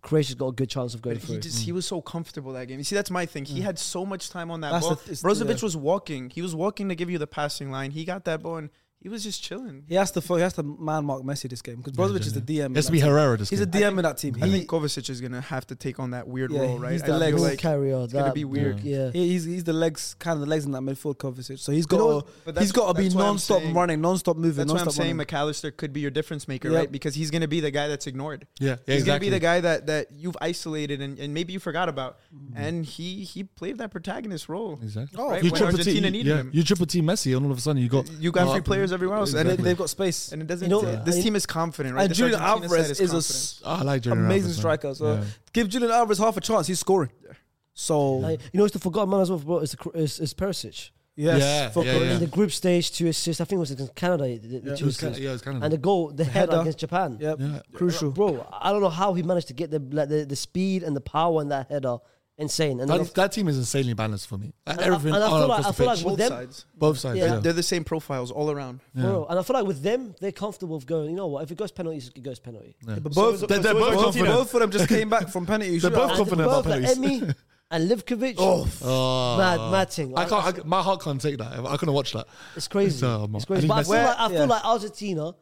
Speaker 4: Croatia's got a good chance of going
Speaker 6: But he
Speaker 4: through.
Speaker 6: just he was so comfortable that game. You see, that's my thing. He had so much time on that
Speaker 2: Mm. That's
Speaker 6: ball.
Speaker 2: the- it's-
Speaker 6: Brozovic
Speaker 2: yeah.
Speaker 6: was walking. He was walking to give you the passing line. He got that ball and he was just chilling.
Speaker 2: He has to fo- he has to man mark Messi this game because Brozovic is the DM. in
Speaker 3: It has
Speaker 2: that
Speaker 3: to be
Speaker 2: team.
Speaker 3: Herrera this
Speaker 2: Um, He's a
Speaker 3: game.
Speaker 2: DM in that team.
Speaker 6: I
Speaker 2: He-
Speaker 6: think Kovacic is gonna have to take on that weird
Speaker 2: Yeah,
Speaker 6: role, right?
Speaker 2: he's
Speaker 6: I
Speaker 2: the
Speaker 6: feel
Speaker 2: legs.
Speaker 4: Ball
Speaker 6: like-
Speaker 4: carrier.
Speaker 6: it's gonna
Speaker 4: that-
Speaker 6: be weird.
Speaker 4: Yeah.
Speaker 2: He- he's he's the legs, kind of the legs in that midfield coverage. So he's got
Speaker 6: know what? But
Speaker 2: to, he's
Speaker 6: that's-
Speaker 2: got to be
Speaker 6: that's why I'm
Speaker 2: non-stop
Speaker 6: saying-
Speaker 2: running, non-stop moving,
Speaker 6: That's why I'm
Speaker 2: non-stop
Speaker 6: saying
Speaker 2: running.
Speaker 6: McAllister could be your difference maker,
Speaker 2: Yep.
Speaker 6: right? Because he's gonna be the guy that's ignored.
Speaker 3: Yeah, yeah
Speaker 6: he's gonna
Speaker 3: exactly.
Speaker 6: be the guy that, that you've isolated and, and maybe you forgot about. And he he played that protagonist role.
Speaker 3: Mm-hmm. Exactly.
Speaker 2: Oh,
Speaker 6: Right,
Speaker 3: you
Speaker 6: when
Speaker 3: triple
Speaker 6: Argentina
Speaker 3: team,
Speaker 6: needed
Speaker 3: yeah,
Speaker 6: him.
Speaker 3: you triple team Messi, and all of a sudden you got
Speaker 6: You got
Speaker 3: uh,
Speaker 6: three players everywhere else,
Speaker 2: And they,
Speaker 3: Exactly.
Speaker 2: they've got space.
Speaker 6: and it
Speaker 4: You
Speaker 6: doesn't.
Speaker 4: know,
Speaker 6: take- this
Speaker 4: I-
Speaker 6: team is confident, right?
Speaker 2: and
Speaker 6: This
Speaker 2: Julian
Speaker 6: Argentina side
Speaker 2: Alvarez is, a
Speaker 6: confident.
Speaker 2: s-
Speaker 3: I like Jordan
Speaker 2: amazing
Speaker 3: Ramos, man.
Speaker 2: striker. So
Speaker 3: Yeah.
Speaker 2: give Julian Alvarez half a chance. He's scoring. So
Speaker 4: Like, you know, it's the forgotten man as well. Bro, it's, the, Cro- it's, it's Perisic.
Speaker 2: yes,
Speaker 3: Yeah,
Speaker 2: fuck
Speaker 3: yeah,
Speaker 2: it.
Speaker 3: yeah.
Speaker 4: In the group stage, two assists. I think it was against Canada. The, the
Speaker 3: It
Speaker 4: two
Speaker 3: was
Speaker 4: assists.
Speaker 3: Canada- yeah, it was Canada.
Speaker 4: And the goal, the, header,
Speaker 2: header.
Speaker 4: against Japan.
Speaker 2: Yep.
Speaker 3: Yeah.
Speaker 2: crucial.
Speaker 4: Bro, I don't know how he managed to get the like, the, the speed and the power in that header. Insane. And, then
Speaker 3: That, that team is insanely balanced for me. Like,
Speaker 4: And I-
Speaker 3: everything
Speaker 4: and I
Speaker 3: all
Speaker 4: feel
Speaker 3: across
Speaker 4: like- I
Speaker 3: the
Speaker 4: feel
Speaker 3: pitch.
Speaker 4: like with
Speaker 6: Both
Speaker 4: them-
Speaker 6: sides.
Speaker 3: both sides.
Speaker 4: yeah.
Speaker 3: Yeah.
Speaker 6: They're the same profiles all around.
Speaker 4: Bro, and I feel like with them, they're comfortable with going, you know what, if it goes penalties, it goes penalty.
Speaker 2: But both,
Speaker 3: they're- they're both
Speaker 2: both,
Speaker 3: confident.
Speaker 2: both of them just came back from penalty.
Speaker 3: They're both
Speaker 2: shootout.
Speaker 4: And
Speaker 3: confident
Speaker 4: both
Speaker 3: about
Speaker 4: like
Speaker 3: penalties.
Speaker 4: Emi and Livkovic.
Speaker 3: Oh.
Speaker 4: Mad, mad thing.
Speaker 3: I can't. I, my heart can't take that. I couldn't watch that.
Speaker 4: It's crazy.
Speaker 3: So, um,
Speaker 4: it's crazy.
Speaker 3: I
Speaker 4: But I
Speaker 3: think
Speaker 4: feel,
Speaker 2: Messi-
Speaker 4: like, I feel
Speaker 2: Yeah.
Speaker 4: like Argentina,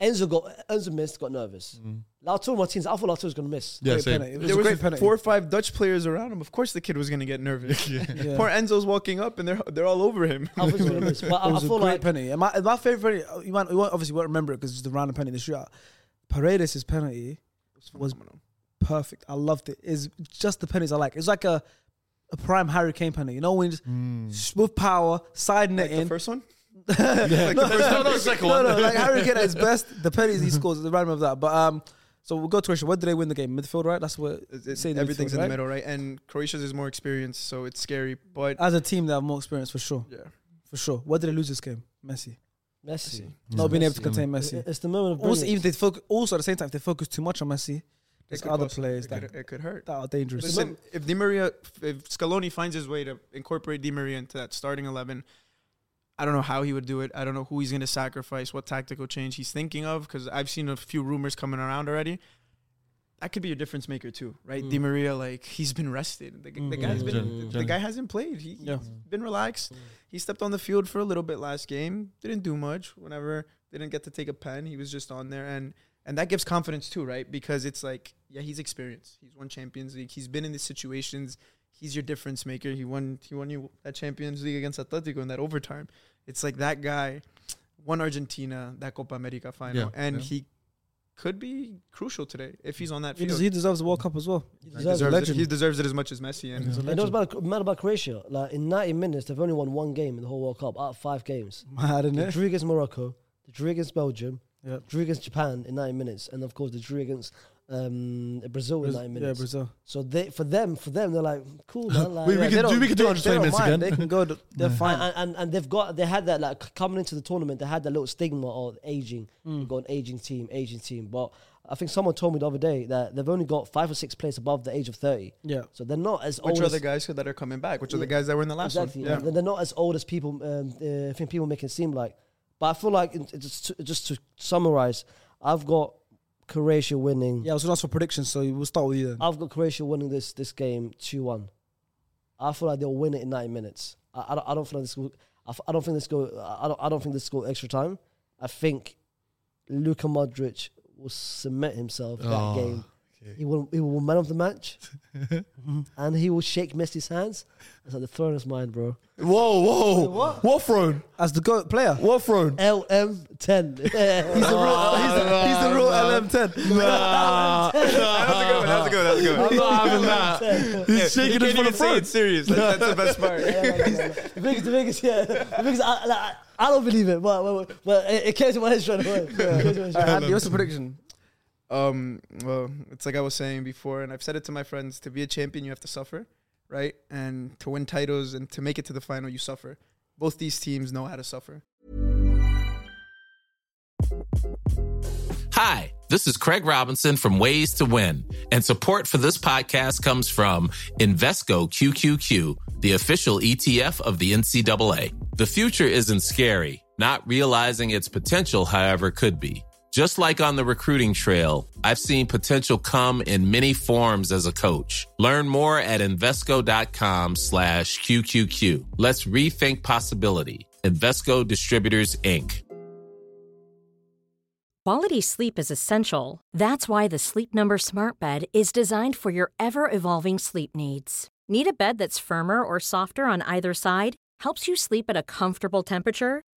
Speaker 4: Enzo got Enzo missed, got nervous. Lautaro Martinez, I thought Lautaro was going to miss.
Speaker 3: Yeah,
Speaker 2: Great
Speaker 3: same.
Speaker 2: penalty. It was
Speaker 6: There
Speaker 2: a
Speaker 6: was
Speaker 2: great penalty.
Speaker 6: four or five Dutch players around him. Of course, the kid was gonna get nervous. Poor Enzo's walking up, and they're they're all over him.
Speaker 4: I thought he was going to miss. But I,
Speaker 2: It
Speaker 4: I
Speaker 2: was a
Speaker 4: feel
Speaker 2: great
Speaker 4: like
Speaker 2: penalty. And my, and my favorite penalty, uh, you, might, you won't- obviously won't remember it because it's the random penalty in the shootout. Paredes' penalty was perfect. I loved it. It's just the penalties I like. It's like a a prime Harry Kane penalty. You know when you just
Speaker 3: Mm.
Speaker 2: s- with power, siding
Speaker 6: Like
Speaker 2: it
Speaker 6: the
Speaker 2: in.
Speaker 6: first one. Like the first
Speaker 3: No,
Speaker 6: one.
Speaker 3: no, second
Speaker 2: No,
Speaker 3: one.
Speaker 2: no, like Harry Kane at his best, the penalties he scores, the random of that. But um, so we'll go to question. Where did they win the game? Midfield, right? That's what
Speaker 6: It's- it's-
Speaker 2: say in the
Speaker 6: everything's
Speaker 2: midfield,
Speaker 6: in
Speaker 2: right?
Speaker 6: the middle, right? And Croatia's is more experienced, so it's scary. But
Speaker 2: As a team, they have more experience for sure,
Speaker 6: yeah,
Speaker 2: for sure. Where did they lose this game? Messi
Speaker 4: Messi.
Speaker 2: not being able to
Speaker 4: Messi.
Speaker 2: contain Messi.
Speaker 4: It's the moment of
Speaker 2: Also, even
Speaker 4: brilliance.
Speaker 2: if they focus, also at the same time, if they focus too much on Messi, there's
Speaker 6: could
Speaker 2: other
Speaker 6: cost-
Speaker 2: players
Speaker 6: it
Speaker 2: that,
Speaker 6: could, it could hurt.
Speaker 2: that are dangerous.
Speaker 6: Listen, if Di Maria, if Scaloni finds his way to incorporate Di Maria into that starting eleven, I don't know how he would do it. I don't know who he's going to sacrifice, what tactical change he's thinking of, because I've seen a few rumors coming around already. That could be a difference maker too, right? Di Maria, like he's been rested. The, g-
Speaker 4: Mm-hmm.
Speaker 6: the guy's
Speaker 3: Yeah,
Speaker 6: been,
Speaker 3: Jen-
Speaker 6: the
Speaker 3: Jen.
Speaker 6: guy hasn't played. He,
Speaker 2: Yeah.
Speaker 6: has been relaxed. He stepped on the field for a little bit last game. Didn't do much. Whenever didn't get to take a pen, he was just on there, and and that gives confidence too, right? Because it's like, yeah, he's experienced. He's won Champions League. He's been in these situations. He's your difference maker. He won. He won you that Champions League against Atletico in that overtime. It's like that guy won Argentina that Copa America final,
Speaker 3: Yeah,
Speaker 6: and
Speaker 3: yeah.
Speaker 6: he could be crucial today if he's on that
Speaker 2: He,
Speaker 6: field.
Speaker 2: des- he deserves the World Cup as well.
Speaker 4: He
Speaker 6: He
Speaker 4: deserves it.
Speaker 6: deserves, it.
Speaker 2: legend.
Speaker 6: he deserves it as much as Messi. And
Speaker 4: And it was mad, mad about Croatia. Like in 90 minutes, they've only won one game in the whole World Cup out of five games.
Speaker 2: Mad, isn't
Speaker 4: The
Speaker 2: it?
Speaker 4: drew against Morocco, the drew against Belgium,
Speaker 2: Yep.
Speaker 4: drew against Japan in 90 minutes, and of course the drew against um, Brazil in 90
Speaker 2: Yeah,
Speaker 4: minutes.
Speaker 2: Brazil.
Speaker 4: So they, for them, for them, they're like, cool, man. Like,
Speaker 3: We-
Speaker 4: yeah.
Speaker 3: we can do we can do 120 minutes
Speaker 2: mind. They
Speaker 3: again.
Speaker 2: can go. th- They're fine.
Speaker 4: and, and and they've got they had that like c- coming into the tournament they had that little stigma of aging
Speaker 3: Hmm.
Speaker 4: you've got an aging team aging team but I think someone told me the other day that they've only got five or six players above the age of 30
Speaker 2: Yeah.
Speaker 4: so they're not as
Speaker 6: which
Speaker 4: old
Speaker 6: are
Speaker 4: as,
Speaker 6: the guys that are coming back? Which are the
Speaker 4: Yeah.
Speaker 6: guys that were in the last
Speaker 4: exactly
Speaker 6: one?
Speaker 4: They're- they're not as old as people um, uh, I think people make it seem like but I feel like it- it just to, just to summarize I've got Croatia winning
Speaker 2: Yeah, I was gonna ask for predictions, so we'll start with you then.
Speaker 4: I've got Croatia winning this this game two one. I feel like they'll win it in ninety minutes. I, I, don't, I don't feel like this. Will, I, f- I don't think this go. I don't. I don't think this go extra time. I think Luka Modric will submit himself to that
Speaker 3: Oh,
Speaker 4: game. He will. He will man of the match, and he will shake Messi's hands. It's like the throne is mine, bro.
Speaker 3: Whoa, whoa, what? What throne?
Speaker 2: As the goat player,
Speaker 3: What throne?
Speaker 4: LM ten.
Speaker 3: Oh.
Speaker 2: he's the real LM10.
Speaker 3: Ah, Nah,
Speaker 6: That's a good one. That's a good one. That's a good
Speaker 3: I'm not having that. He's
Speaker 6: You
Speaker 3: shaking it for
Speaker 6: can't
Speaker 3: the
Speaker 6: even say
Speaker 3: throne.
Speaker 6: it's serious. That's, that's the best part.
Speaker 4: the biggest, the biggest, yeah. The biggest, I, like, I- I don't believe it, but, but, but it, it came to my head straight away. Yeah, it came to my head straight away.
Speaker 2: Andy, what's the prediction?
Speaker 6: Um, well, it's like I was saying before, and I've said it to my friends: to be a champion, you have to suffer, right? And to win titles and to make it to the final, you suffer. Both these teams know how to suffer.
Speaker 7: Hi, this is Craig Robinson from Ways to Win, and support for this podcast comes from Invesco QQQ, the official ETF of the NCAA. The future isn't scary, not realizing its potential, however, could be. Just like on the recruiting trail, I've seen potential come in many forms as a coach. Learn more at Invesco.com slash QQQ. Let's rethink possibility. Invesco Distributors, Inc.
Speaker 8: Quality sleep is essential. That's why the Sleep Number Smart Bed is designed for your ever evolving sleep needs. Need a bed that's firmer or softer on either side? Helps you sleep at a comfortable temperature?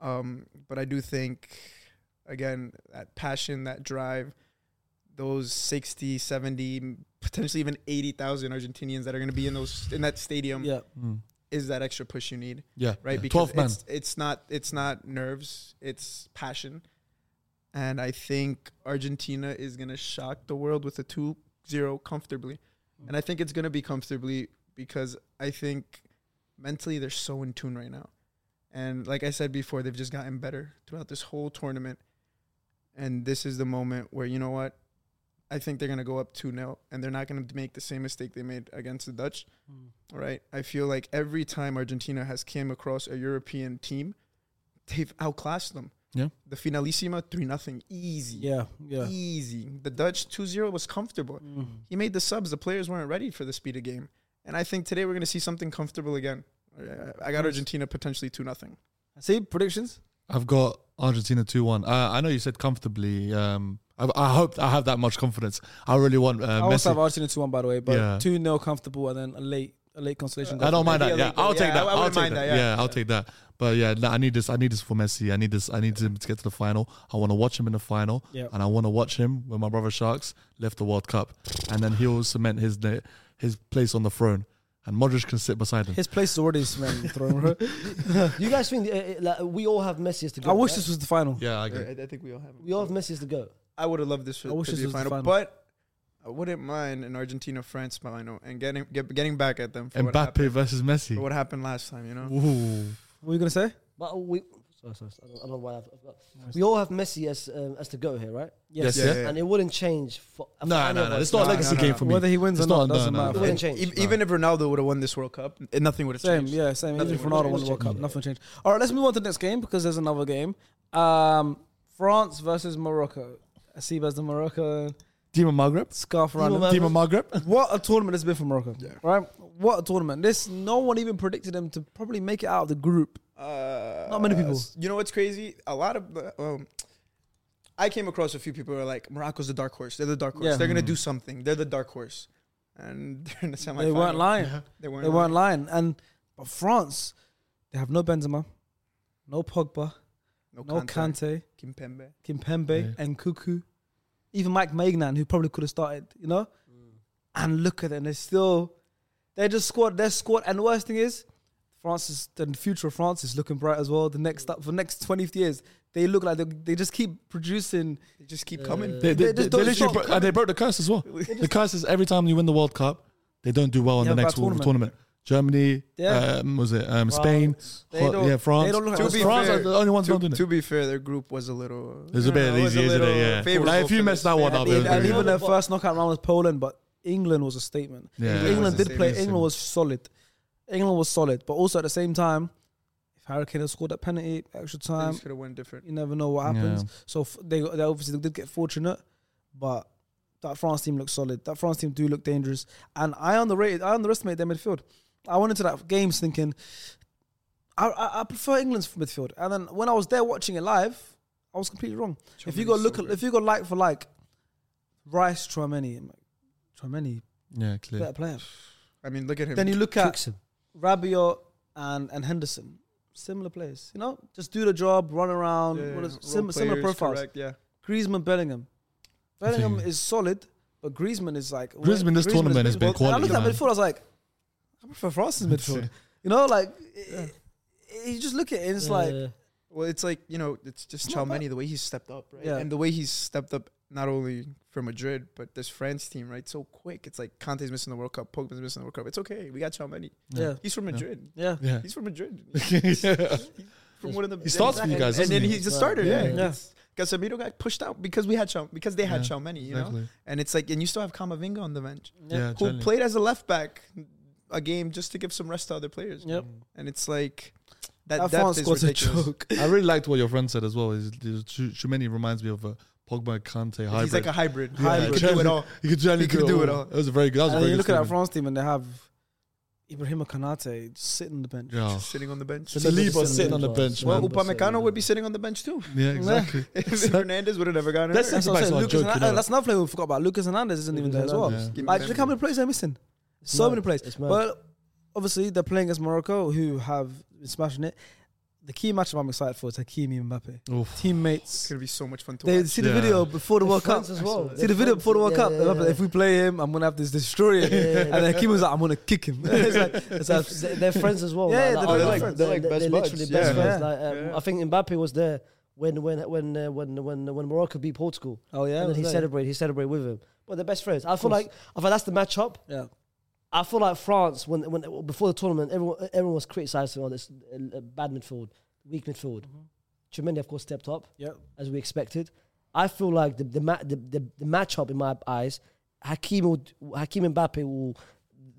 Speaker 6: Um, but I do think, again, that passion, that drive, those 60, 70, potentially even 80,000 Argentinians that are going to be in those in that stadium
Speaker 2: Yeah.
Speaker 6: is that extra push you need.
Speaker 3: Mm. Yeah,
Speaker 6: Right?
Speaker 3: yeah.
Speaker 6: Because
Speaker 3: 12 man.
Speaker 6: it's it's not it's not nerves, it's passion. And I think Argentina is going to shock the world with a 2-0 comfortably. And I think it's going to be comfortably because I think mentally they're so in tune right now. And like I said before, they've just gotten better throughout this whole tournament. And this is the moment where, you know what? I think they're going to go up 2 0, and they're not going to make the same mistake they made against the Dutch. Right? I feel like every time Argentina has came across a European team, they've outclassed them.
Speaker 3: Yeah.
Speaker 6: The Finalissima 3 0, easy.
Speaker 2: Yeah. Yeah.
Speaker 6: Easy. The Dutch 2 0 was comfortable. He made the subs. The players weren't ready for the speed of game. And I think today we're going to see something comfortable again. I- I got Argentina potentially 2 0.
Speaker 2: See predictions.
Speaker 3: I've got Argentina two one. Uh, I, I know you said comfortably. Um, I, I hope I have that much confidence. I really want uh,
Speaker 2: I also have
Speaker 3: Messi.
Speaker 2: Arsenal two one by the way, but
Speaker 3: Yeah.
Speaker 2: two 0 comfortable and then a late a late consolation. goal.
Speaker 3: I don't mind that.
Speaker 6: Yeah,
Speaker 3: Yeah,
Speaker 6: like-
Speaker 3: I'll
Speaker 6: yeah,
Speaker 3: take that.
Speaker 6: I- I
Speaker 3: I'll
Speaker 6: wouldn't
Speaker 3: take
Speaker 6: mind
Speaker 3: that.
Speaker 6: that, yeah.
Speaker 3: Yeah, I'll take that. But yeah, no, I need this. I need this for Messi. I need this. I need him to get to the final. I want to watch him in the final,
Speaker 2: Yeah.
Speaker 3: and I want to watch him when my brother Sharks left the World Cup, and then he'll cement his na- his place on the throne, and Modric can sit beside him.
Speaker 2: His place is already smelling thrown. bro.
Speaker 4: You guys think uh, uh, like, we all have Messi as the
Speaker 2: I
Speaker 4: goat?
Speaker 2: wish
Speaker 4: right?
Speaker 2: this was the final.
Speaker 3: yeah, I agree.
Speaker 6: I, I think we all have.
Speaker 4: We all have Messi as the goat.
Speaker 6: I would have loved this for,
Speaker 2: I wish
Speaker 6: to
Speaker 2: this
Speaker 6: be a
Speaker 2: was the
Speaker 6: final,
Speaker 2: final.
Speaker 6: but I wouldn't mind an Argentina France final and getting get, getting back at them for what,
Speaker 3: Mbappe
Speaker 6: happened,
Speaker 3: versus Messi.
Speaker 6: for what happened last time. You know,
Speaker 3: Ooh.
Speaker 2: What are you gonna say?
Speaker 4: But we, sorry, sorry, sorry, I don't, I don't know why I've, I've got, we all have Messi as um, as the goat here, right?
Speaker 3: Yes, yeah.
Speaker 4: And it wouldn't change. For, for
Speaker 3: No,
Speaker 4: any
Speaker 3: no,
Speaker 4: of
Speaker 3: no.
Speaker 4: us.
Speaker 3: It's not a
Speaker 6: No,
Speaker 3: legacy
Speaker 6: no,
Speaker 3: game
Speaker 6: no.
Speaker 3: for me.
Speaker 2: Whether he wins
Speaker 3: It's
Speaker 2: or not, doesn't
Speaker 4: It
Speaker 2: matter.
Speaker 4: wouldn't
Speaker 6: And
Speaker 4: change.
Speaker 6: ev- even if Ronaldo would have won this World Cup, n- nothing would have
Speaker 2: Same,
Speaker 6: changed.
Speaker 2: yeah, same. Even
Speaker 6: Nothing
Speaker 2: if
Speaker 6: would've
Speaker 2: Ronaldo won the
Speaker 6: changed.
Speaker 2: World Cup, nothing changed. All right, let's move on to the next game because there's another game. Um, France versus Morocco. I see as the Morocco
Speaker 3: Dima Maghreb.
Speaker 2: scarf around.
Speaker 4: Dima
Speaker 2: them.
Speaker 3: Dima Maghreb.
Speaker 2: What a tournament it's been for Morocco, right? What a tournament. This no one even predicted them to probably make it out of the group.
Speaker 6: Uh,
Speaker 2: Not many people.
Speaker 6: You know what's crazy? A lot of the- um, I came across a few people who are like, Morocco's the dark horse. They're the dark horse.
Speaker 2: Yeah. Mm-hmm.
Speaker 6: They're gonna do something. They're the dark horse, and they're in the semifinal.
Speaker 2: they weren't lying.
Speaker 6: They weren't.
Speaker 2: They weren't lying. And but France, they have no Benzema, no Pogba,
Speaker 6: No,
Speaker 2: no Kante,
Speaker 6: Kante. Kimpembe.
Speaker 2: Kimpembe,
Speaker 3: Yeah.
Speaker 2: and Cuckoo, even Mike Magnan, who probably could have started, you know.
Speaker 6: Mm.
Speaker 2: And look at them; they're still, they just squad, their squad. And the worst thing is, France is the future of France is looking bright as well. The next up for the next twenty years, they look like they, they just keep producing.
Speaker 6: They just keep coming.
Speaker 3: They, they,
Speaker 2: They just
Speaker 3: they,
Speaker 2: don't
Speaker 3: literally
Speaker 2: stop
Speaker 3: bro- and they broke the curse as well. The curse is every time you win the World Cup, they don't do well in
Speaker 2: Yeah,
Speaker 3: the next
Speaker 2: bad
Speaker 3: tournament.
Speaker 2: tournament.
Speaker 3: tournament. Germany,
Speaker 2: Yeah.
Speaker 3: um, was it um, Spain?
Speaker 2: They
Speaker 3: Ho-
Speaker 2: don't-
Speaker 3: yeah, France.
Speaker 2: they don't look like
Speaker 6: To
Speaker 2: Well,
Speaker 6: be
Speaker 3: France
Speaker 6: fair,
Speaker 3: are the only ones
Speaker 6: to,
Speaker 3: not doing it.
Speaker 6: to be fair, their group was a little.
Speaker 3: It's a
Speaker 6: you
Speaker 3: bit
Speaker 6: know, it was
Speaker 3: easy, isn't
Speaker 6: little
Speaker 3: it? Yeah.
Speaker 6: favorable
Speaker 3: Like, if you
Speaker 6: for
Speaker 3: mess
Speaker 6: them.
Speaker 3: that one
Speaker 2: And,
Speaker 3: up,
Speaker 2: even- and
Speaker 3: yeah.
Speaker 2: even their
Speaker 6: um,
Speaker 2: first knockout round was Poland, but England was a statement.
Speaker 3: Yeah.
Speaker 6: England
Speaker 2: England
Speaker 6: was
Speaker 2: did
Speaker 6: the
Speaker 2: play.
Speaker 3: same.
Speaker 2: England was solid. England was solid, but also at the same time, if Hurricane had scored that penalty, extra time,
Speaker 6: Things could have went different.
Speaker 2: Um, you never know what happens. So f- they they obviously did get fortunate, but that France team looks solid. That France team do look dangerous, and I underrated. I underestimated their midfield. I went into that games thinking, I, I, I prefer England's midfield, and then when I was there watching it live, I was completely wrong. if you go
Speaker 6: Tchouameni's
Speaker 2: look,
Speaker 6: so
Speaker 2: at,
Speaker 6: good.
Speaker 2: if you go like for like, Rice, Tramini, Tramini,
Speaker 3: yeah,
Speaker 2: better
Speaker 3: clear.
Speaker 2: player.
Speaker 6: I mean, look at him.
Speaker 2: Then you look at
Speaker 4: Cooks him.
Speaker 2: Rabiot and, and Henderson. Similar players, you know, just do the job, run around,
Speaker 6: Yeah,
Speaker 2: um, what
Speaker 6: role
Speaker 2: is, similar, similar
Speaker 6: players,
Speaker 2: profiles.
Speaker 6: correct, yeah.
Speaker 2: Griezmann, Bellingham. Bellingham
Speaker 3: think-
Speaker 2: is solid, but Griezmann is like
Speaker 3: Griezmann this tournament has been
Speaker 2: well, and I looked at
Speaker 3: quality,
Speaker 2: midfield, I was like, I prefer France's midfield. You know, like it- it- you just look at it, and it's
Speaker 4: Yeah,
Speaker 2: like
Speaker 4: yeah.
Speaker 6: Well, it's like you know, it's just Chalmany the way he's stepped up, right?
Speaker 2: Yeah.
Speaker 6: And the way he's stepped up not only for Madrid but this France team, right? So quick. It's like Conte's missing the World Cup, Pogba's missing the World Cup. It's okay. We got Chalmany.
Speaker 2: Yeah.
Speaker 6: He's from Madrid.
Speaker 2: Yeah.
Speaker 3: Yeah.
Speaker 6: He's from Madrid.
Speaker 3: yeah.
Speaker 6: from one of the
Speaker 3: He starts for you guys,
Speaker 6: and
Speaker 3: doesn't
Speaker 6: then
Speaker 3: he?
Speaker 6: he's a starter.
Speaker 3: Yeah.
Speaker 6: Yeah,
Speaker 3: Yeah.
Speaker 6: It's- Casemiro got pushed out because we had Chal- because they had
Speaker 3: Yeah,
Speaker 6: Chalmany, you know.
Speaker 3: exactly.
Speaker 6: And it's like, and you still have Kamavinga on the bench,
Speaker 3: Yeah,
Speaker 6: who
Speaker 3: generally.
Speaker 6: played as a left back a game just to give some rest to other players.
Speaker 2: Yep.
Speaker 6: And it's like that
Speaker 2: That
Speaker 6: depth
Speaker 2: France
Speaker 6: is
Speaker 2: squad's a
Speaker 6: ridiculous.
Speaker 2: joke.
Speaker 3: I really liked what your friend said as well. Is Shumeni reminds me of a Pogba Kante hybrid.
Speaker 6: He's like a hybrid.
Speaker 3: Yeah,
Speaker 6: He can do it all.
Speaker 3: He could generally
Speaker 6: He could do it all.
Speaker 3: That was a very good. That was a
Speaker 2: And
Speaker 3: very
Speaker 2: you look
Speaker 3: good.
Speaker 2: at that
Speaker 3: statement.
Speaker 2: France team and they have Ibrahima Kanate sitting on the bench.
Speaker 3: Yeah.
Speaker 6: Just sitting on the bench.
Speaker 3: Saliba sitting on the bench,
Speaker 6: Well,
Speaker 3: man.
Speaker 6: Upamecano would be sitting on the bench too.
Speaker 3: Yeah, exactly.
Speaker 6: Hernandez would have never gotten
Speaker 3: That's
Speaker 6: hurt.
Speaker 2: That's, what I'm
Speaker 3: Backs
Speaker 2: saying.
Speaker 3: not
Speaker 2: Lucas
Speaker 3: joking,
Speaker 2: Hernandez-
Speaker 3: no.
Speaker 2: that's another player we forgot about. Lucas Hernandez isn't even there as well.
Speaker 3: Hernandez.
Speaker 6: Yeah.
Speaker 2: Like, look how many players they're missing. So
Speaker 4: mad.
Speaker 2: many players.
Speaker 4: It's mad.
Speaker 2: But obviously, they're playing against Morocco, who have been smashing it. The key matchup I'm excited for is Hakimi and Mbappe.
Speaker 3: Oof.
Speaker 6: It's
Speaker 2: Teammates.
Speaker 6: gonna be so much fun to
Speaker 2: They
Speaker 6: watch.
Speaker 2: see the
Speaker 3: Yeah.
Speaker 2: video before the
Speaker 4: They're
Speaker 2: World Cup.
Speaker 4: friends as well.
Speaker 2: See
Speaker 4: They're
Speaker 2: the video before the
Speaker 4: friends.
Speaker 2: World Cup.
Speaker 4: Yeah,
Speaker 2: They're
Speaker 4: yeah,
Speaker 2: like,
Speaker 4: yeah.
Speaker 2: If we play him, I'm gonna have to destroy him.
Speaker 4: Yeah, yeah, yeah.
Speaker 2: And then Hakimi was like, I'm gonna kick him. It's like- it's like-
Speaker 4: They're, they're friends as well.
Speaker 2: Yeah,
Speaker 4: like,
Speaker 2: they're
Speaker 4: oh,
Speaker 2: like-
Speaker 4: friends.
Speaker 6: they're like best
Speaker 4: literally
Speaker 6: buds,
Speaker 4: best
Speaker 6: yeah.
Speaker 4: friends.
Speaker 2: Yeah.
Speaker 4: Like, um,
Speaker 6: Yeah.
Speaker 4: I think Mbappe was there when when when uh, when when when Morocco beat Portugal.
Speaker 2: oh yeah.
Speaker 4: and then
Speaker 2: was
Speaker 4: he
Speaker 2: that-
Speaker 4: celebrated. He celebrated with him. But they're best friends. I feel
Speaker 2: course.
Speaker 4: like I feel that's the matchup.
Speaker 2: Yeah.
Speaker 4: I feel like France when when before the tournament, everyone everyone was criticising all this uh, uh, bad midfield, weak midfield. Chimene, of course, stepped up
Speaker 2: Yep.
Speaker 4: as we expected. I feel like the the, ma- the, the, the matchup in my eyes, Hakim will, Hakim and Mbappe will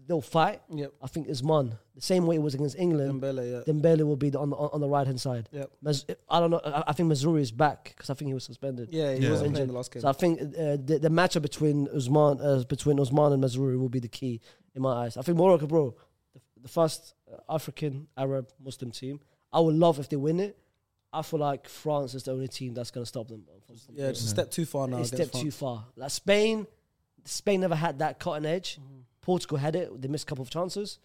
Speaker 4: they'll fight.
Speaker 2: Yep.
Speaker 4: I think Isman the same way it was against England.
Speaker 2: Dembele, yeah.
Speaker 4: Dembele will be the, on the on the right hand side.
Speaker 2: Yep.
Speaker 4: Maz- I don't know. I, I think Mazuri is back because I think he was suspended.
Speaker 2: Yeah, he
Speaker 3: Yeah.
Speaker 2: wasn't
Speaker 4: Injured.
Speaker 2: playing the last game.
Speaker 4: So I think uh, the, the matchup between Usman uh, between Usman and Mazrui will be the key in my eyes. I think Morocco, bro, the, the first uh, African Arab Muslim team. I would love if they win it. I feel like France is the only team that's going to stop them. From, from
Speaker 2: Yeah, just a step too far now.
Speaker 4: they
Speaker 2: Oh, against
Speaker 4: stepped
Speaker 2: France.
Speaker 4: too far. Like Spain, Spain never had that cutting edge.
Speaker 2: Mm-hmm.
Speaker 4: Portugal had it. They missed a couple of chances,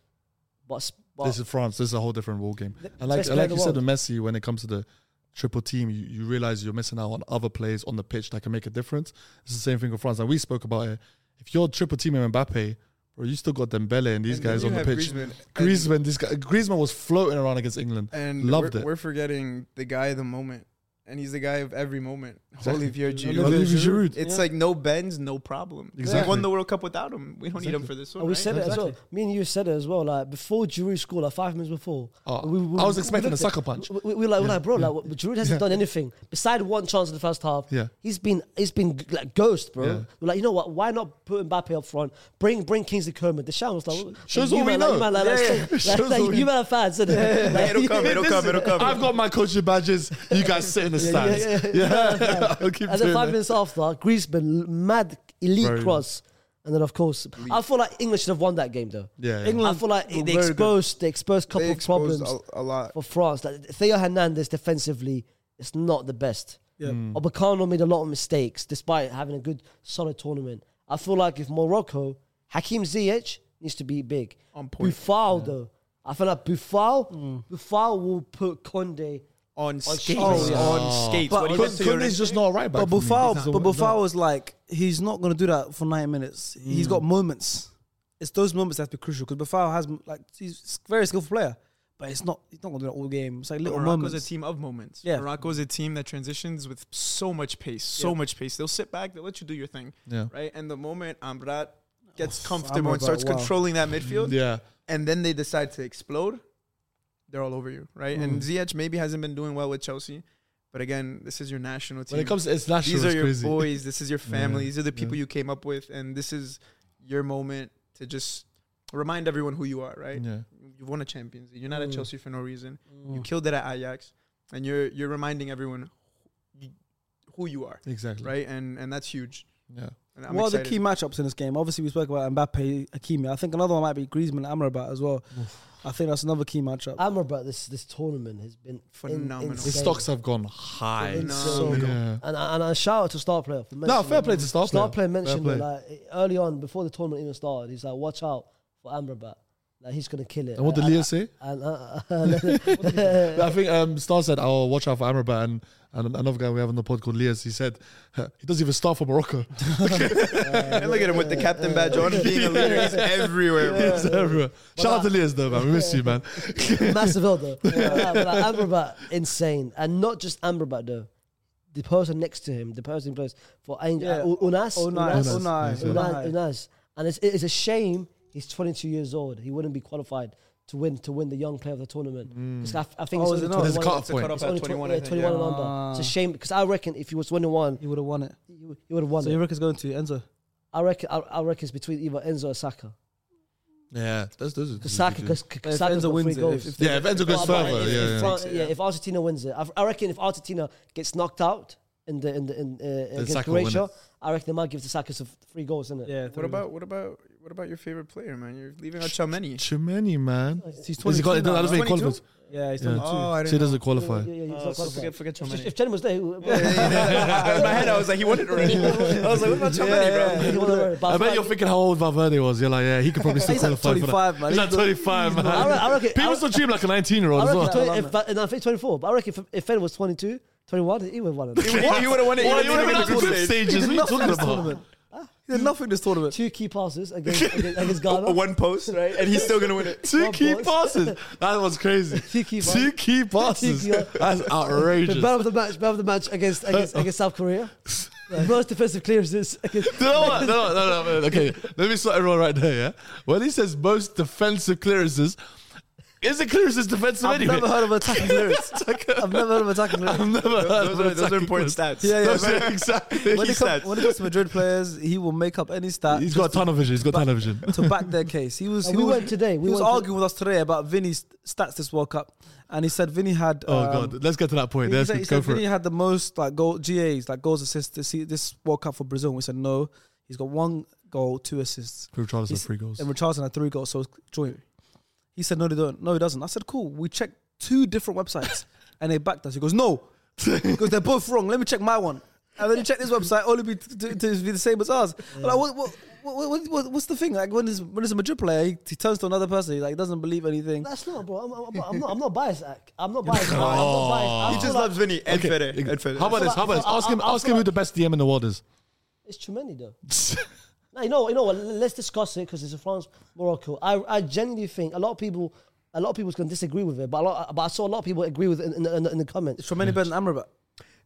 Speaker 4: but, s- but
Speaker 3: This is France. This is a whole different ball game.
Speaker 4: The
Speaker 3: And like,
Speaker 4: best
Speaker 3: and like
Speaker 4: player in
Speaker 3: you
Speaker 4: the
Speaker 3: said with
Speaker 4: world.
Speaker 3: Messi, when it comes to the triple team, you, you realize you're missing out on other players on the pitch that can make a difference. It's the same thing with France. And we spoke about it. If you're triple teaming Mbappe, bro, you still got Dembele and these
Speaker 6: And then
Speaker 3: guys
Speaker 6: you
Speaker 3: on the
Speaker 6: have
Speaker 3: pitch.
Speaker 6: Griezmann.
Speaker 3: Griezmann, this guy, Griezmann was floating around against England.
Speaker 6: And
Speaker 3: loved
Speaker 6: we're,
Speaker 3: it.
Speaker 6: we're forgetting the guy of the moment, and he's the guy of every moment.
Speaker 3: Exactly.
Speaker 6: Olivier Giroud.
Speaker 3: Olivier Giroud.
Speaker 6: It's like no bends, no problem.
Speaker 3: Exactly.
Speaker 6: We won the World Cup without him. We don't need him
Speaker 3: Exactly.
Speaker 6: for this one.
Speaker 4: And we
Speaker 6: right?
Speaker 4: said it as well. Me and you said it as well. Like before Giroud scored, like five minutes before,
Speaker 3: Oh, I was expecting a
Speaker 4: looked at-
Speaker 3: sucker punch.
Speaker 4: We, we, we like, we're like, bro, like what- Giroud hasn't done anything beside one chance in the first half.
Speaker 3: Yeah.
Speaker 4: he's been he's been like ghost, bro.
Speaker 3: Yeah.
Speaker 4: We're like, you know what? Why not put Mbappe up front? Bring bring Kingsley Coman. The shout was like,
Speaker 3: shows
Speaker 4: you
Speaker 3: what we
Speaker 4: man,
Speaker 3: know.
Speaker 4: Like, you man, like, like,
Speaker 3: Yeah, yeah.
Speaker 4: like,
Speaker 3: Shows
Speaker 4: like,
Speaker 3: what we
Speaker 4: you
Speaker 3: know.
Speaker 4: man, fans, isn't it? Like,
Speaker 6: It'll come, it'll
Speaker 3: This
Speaker 6: come,
Speaker 3: is-
Speaker 6: it'll come.
Speaker 3: I've got my coaching badges. You guys sit in the stands. Yeah, I'll keep
Speaker 4: and
Speaker 3: doing
Speaker 4: then five
Speaker 3: that.
Speaker 4: minutes after, Griezmann mad elite
Speaker 3: Very
Speaker 4: cross, and then of course, I feel like England should have won that game though.
Speaker 3: Yeah, yeah.
Speaker 4: I feel like
Speaker 2: were
Speaker 4: they
Speaker 2: very good.
Speaker 4: exposed they exposed a couple
Speaker 6: They
Speaker 4: of
Speaker 6: exposed
Speaker 4: problems
Speaker 6: a, a lot.
Speaker 4: for France. Like Theo Hernandez defensively, it's not the best. Yeah.
Speaker 3: Hmm.
Speaker 4: Obacano made a lot of mistakes despite having a good solid tournament. I feel like if Morocco, Hakim Ziyech needs to be big.
Speaker 6: On point.
Speaker 4: Buffal though, I feel like Buffal,
Speaker 3: Hmm.
Speaker 4: Buffal will put Conde.
Speaker 6: On skates.
Speaker 2: Oh, yeah.
Speaker 6: On skates.
Speaker 2: But
Speaker 6: When he
Speaker 2: Kun-
Speaker 6: went to Euro-
Speaker 3: Kunde's just not a right back.
Speaker 2: But
Speaker 3: for me.
Speaker 2: Buffal,
Speaker 3: He's a-
Speaker 2: but Buffal was like, he's not going to do that for 90 minutes. He's got moments. It's those moments that be crucial because Buffal has like he's a very skillful player, but it's not he's not going to do that all game. It's like little
Speaker 6: Morocco's
Speaker 2: moments.
Speaker 6: a team of moments.
Speaker 2: Yeah.
Speaker 6: Morocco's a team that transitions with so much pace, so
Speaker 2: Yeah.
Speaker 6: much pace. They'll sit back, they'll let you do your thing,
Speaker 3: Yeah.
Speaker 6: right? And the moment Amrat gets
Speaker 2: Oh,
Speaker 6: comfortable
Speaker 2: Amrabat,
Speaker 6: and starts
Speaker 2: wow.
Speaker 6: controlling that midfield,
Speaker 3: Yeah.
Speaker 6: and then they decide to explode, they're all over you, right? And Ziyech maybe hasn't been doing well with Chelsea, but again, this is your national team.
Speaker 3: When it comes to international,
Speaker 6: These are
Speaker 3: it's
Speaker 6: your
Speaker 3: crazy.
Speaker 6: boys. This is your family.
Speaker 3: Yeah,
Speaker 6: These are the
Speaker 3: yeah.
Speaker 6: people you came up with, and this is your moment to just remind everyone who you are. Right?
Speaker 3: Yeah.
Speaker 6: You've won a Champions. League. You're not at Chelsea for no reason. You killed it at Ajax, and you're you're reminding everyone who- who you are.
Speaker 3: Exactly.
Speaker 6: Right? And and that's huge.
Speaker 3: Yeah.
Speaker 6: And I'm
Speaker 2: What are the key
Speaker 6: excited.
Speaker 2: matchups in this game? Obviously, we spoke about Mbappe, Hakimi. I think another one might be Griezmann, Amrabat as well. I think that's another key matchup.
Speaker 4: Amrabat, this this tournament has been in-
Speaker 6: Phenomenal.
Speaker 4: insane.
Speaker 3: His stocks have gone high.
Speaker 4: It's
Speaker 6: No.
Speaker 4: so good.
Speaker 3: Yeah.
Speaker 4: And, and a shout out to Star Player. For
Speaker 3: No, fair
Speaker 4: mentioning-
Speaker 3: play to Star Player.
Speaker 4: Star Player
Speaker 3: Fair
Speaker 4: mentioned
Speaker 3: play.
Speaker 4: it, like early on before the tournament even started. He's like, watch out for Amrabat. that he's gonna kill it.
Speaker 3: And what did Leah say?
Speaker 4: And, uh,
Speaker 3: I think um, Star said, "I'll watch out for Amrabat." And, and another guy we have on the pod called Leah, he said he doesn't even start for Morocco.
Speaker 6: and look at him with the captain badge on, being a leader. He's everywhere. bro.
Speaker 3: He's everywhere. Shout out to Leah's though, man. We miss you, man.
Speaker 4: massive elder. Yeah, but like Amrabat, insane, and not just Amrabat though. The person next to him, the person who plays for Angel
Speaker 2: Yeah.
Speaker 4: U- Unas,
Speaker 2: Oh, Unai,
Speaker 4: Unas,
Speaker 2: Unai,
Speaker 4: Unas,
Speaker 2: Unai.
Speaker 4: Unas. and it's, it's a shame he's 22 years old. He wouldn't be qualified to win to win the young player of the tournament.
Speaker 3: Mm.
Speaker 4: 'Cause I, I think
Speaker 2: Oh,
Speaker 4: it's
Speaker 2: is it
Speaker 4: only
Speaker 2: not?
Speaker 3: There's a
Speaker 4: 21
Speaker 3: cut-off
Speaker 6: It's a
Speaker 3: point.
Speaker 6: cutoff
Speaker 4: it's
Speaker 6: at
Speaker 4: only
Speaker 6: 21.
Speaker 4: 21,
Speaker 6: I
Speaker 4: yeah,
Speaker 6: think,
Speaker 4: 21
Speaker 6: yeah.
Speaker 4: and under. It's a shame because I reckon if he was 21,
Speaker 2: He would have won it.
Speaker 4: you would have won.
Speaker 2: So
Speaker 4: it.
Speaker 2: you reckon's going to Enzo?
Speaker 4: I reckon I, I reckon it's between either Enzo or Saka.
Speaker 3: Mm. yeah, that's those. are-
Speaker 4: Because Saka, cause,
Speaker 2: If Enzo
Speaker 4: Saka got three
Speaker 2: wins it,
Speaker 4: goals.
Speaker 2: if- if
Speaker 3: yeah, if Enzo goes
Speaker 4: Oh, but
Speaker 3: further,
Speaker 4: if,
Speaker 3: yeah,
Speaker 4: if
Speaker 3: yeah.
Speaker 4: Fran- yeah, if Argentina wins it, I, I reckon if Argentina gets knocked out in the in the in uh, against
Speaker 3: Saka will win
Speaker 4: Croatia,
Speaker 3: it.
Speaker 4: I reckon they might give the Saka some three goals, isn't it?
Speaker 2: Yeah.
Speaker 6: What about what about what about your favorite player, man? You're leaving out Chelmeni.
Speaker 3: Chimeni, man.
Speaker 2: He's
Speaker 3: Is he
Speaker 2: 22
Speaker 3: quali- no,
Speaker 2: now,
Speaker 3: I
Speaker 2: right?
Speaker 3: don't think he
Speaker 6: 22?
Speaker 3: qualifies.
Speaker 2: Yeah, he's
Speaker 3: Yeah.
Speaker 2: 22.
Speaker 6: Oh, I
Speaker 3: So
Speaker 6: didn't.
Speaker 3: he
Speaker 6: know.
Speaker 3: doesn't qualify.
Speaker 4: yeah, yeah,
Speaker 6: Oh,
Speaker 4: so
Speaker 6: so
Speaker 4: qualified.
Speaker 6: forget forget
Speaker 4: If- if,
Speaker 6: Chelmeni.
Speaker 4: if Chen was there, he would-
Speaker 6: In my head, I was like, he won it already. I was like, what about Chelmeni, bro?
Speaker 4: he would have- but
Speaker 3: I bet
Speaker 4: feel
Speaker 3: you're
Speaker 4: like-
Speaker 3: thinking how old Valverde was. You're like, yeah, he could probably still
Speaker 2: He's like
Speaker 3: qualify for that.
Speaker 2: 25, man.
Speaker 3: He's like
Speaker 2: He's not-
Speaker 3: 25, man.
Speaker 4: I re- I reckon- I
Speaker 3: People
Speaker 4: re-
Speaker 3: still treat him like a 19 year
Speaker 4: I
Speaker 3: old as
Speaker 4: reckon
Speaker 3: well.
Speaker 4: 20, if, and I think 24, but I reckon if, if Fen was 22, 21, he would have won it.
Speaker 6: He- He would have won it.
Speaker 3: Well,
Speaker 6: He
Speaker 3: you would've been
Speaker 6: would've
Speaker 3: at
Speaker 6: won it in the
Speaker 3: the
Speaker 6: group
Speaker 3: group
Speaker 6: stage.
Speaker 3: stages. What are you talking about?
Speaker 2: He did nothing this tournament.
Speaker 4: Two key passes against against, against Ghana.
Speaker 6: A Oh, one post, right? And he's still gonna win it.
Speaker 3: Two
Speaker 4: One
Speaker 3: key
Speaker 4: boss.
Speaker 3: passes. That was crazy.
Speaker 4: Two key
Speaker 3: Two key passes.
Speaker 4: Two key-
Speaker 3: That's
Speaker 4: The
Speaker 3: outrageous.
Speaker 4: man of the match, man of the match against against,
Speaker 6: Oh.
Speaker 4: against South Korea. Most defensive clearances. Against,
Speaker 3: Do you know what? No, no, no, no, no. Okay, let me start everyone right there. Yeah, when he says most defensive clearances, is the clearances defensive
Speaker 2: I've
Speaker 3: anyway?
Speaker 2: never heard of attacking lyrics. I've never heard of attacking lyrics.
Speaker 3: I've never heard
Speaker 6: Those
Speaker 3: of
Speaker 6: are, those are
Speaker 3: attacking
Speaker 6: important
Speaker 3: players.
Speaker 6: stats.
Speaker 2: Yeah, yeah,
Speaker 3: Those are exactly.
Speaker 2: when,
Speaker 6: He
Speaker 2: it comes,
Speaker 6: said-
Speaker 2: when it comes to Madrid players, he will make up any stat.
Speaker 3: He's
Speaker 2: Uh,
Speaker 3: got
Speaker 2: just
Speaker 3: tunnel vision. He's got tunnel vision.
Speaker 2: to, to back their case. He was.
Speaker 4: And
Speaker 2: He
Speaker 4: Oh, we
Speaker 2: was,
Speaker 4: went today, we
Speaker 2: he was
Speaker 4: went to-
Speaker 2: arguing with us today about Vinny's stats this World Cup, and he said Vinny had.
Speaker 3: Oh
Speaker 2: um,
Speaker 3: god, let's get to that point.
Speaker 2: He
Speaker 3: Let's
Speaker 2: said, he
Speaker 3: go
Speaker 2: said
Speaker 3: for
Speaker 2: Vinny
Speaker 3: it.
Speaker 2: had the most like goal GAs, like goals assists this se- this World Cup for Brazil. And we said no, he's got one goal, two assists,
Speaker 3: Prove Charles had
Speaker 2: he's-
Speaker 3: three goals.
Speaker 2: and Richardson had three goals, so it's joint. He said no, they don't. No, he doesn't. I said cool. We checked two different websites, and they backed us. He goes no, because they're both wrong. Let me check my one, and then he checked this website, only be to, to, to be the same as ours. Like what? what what, what, what, what's the thing? Like when is when is a Madrid player, he, he turns to another person. He like doesn't believe anything.
Speaker 4: That's not, bro. I'm, I'm, I'm not. I'm not biased. Ak. I'm not biased. I'm not
Speaker 3: Oh.
Speaker 4: biased. I
Speaker 6: He
Speaker 4: feel
Speaker 6: just
Speaker 4: like
Speaker 6: loves Vinny and Fede. And Fede.
Speaker 3: How about this? How about this? Ask him. Ask him who the best DM in the world is.
Speaker 4: It's too many though. No, you know, you know what? l- Let's discuss it because it's a France Morocco. I, I genuinely think a lot of people, a lot of people can disagree with it, but a lot, but I saw a lot of people agree with it in, in, the- in, the- in the comments.
Speaker 2: Tremendous better than Amrabat.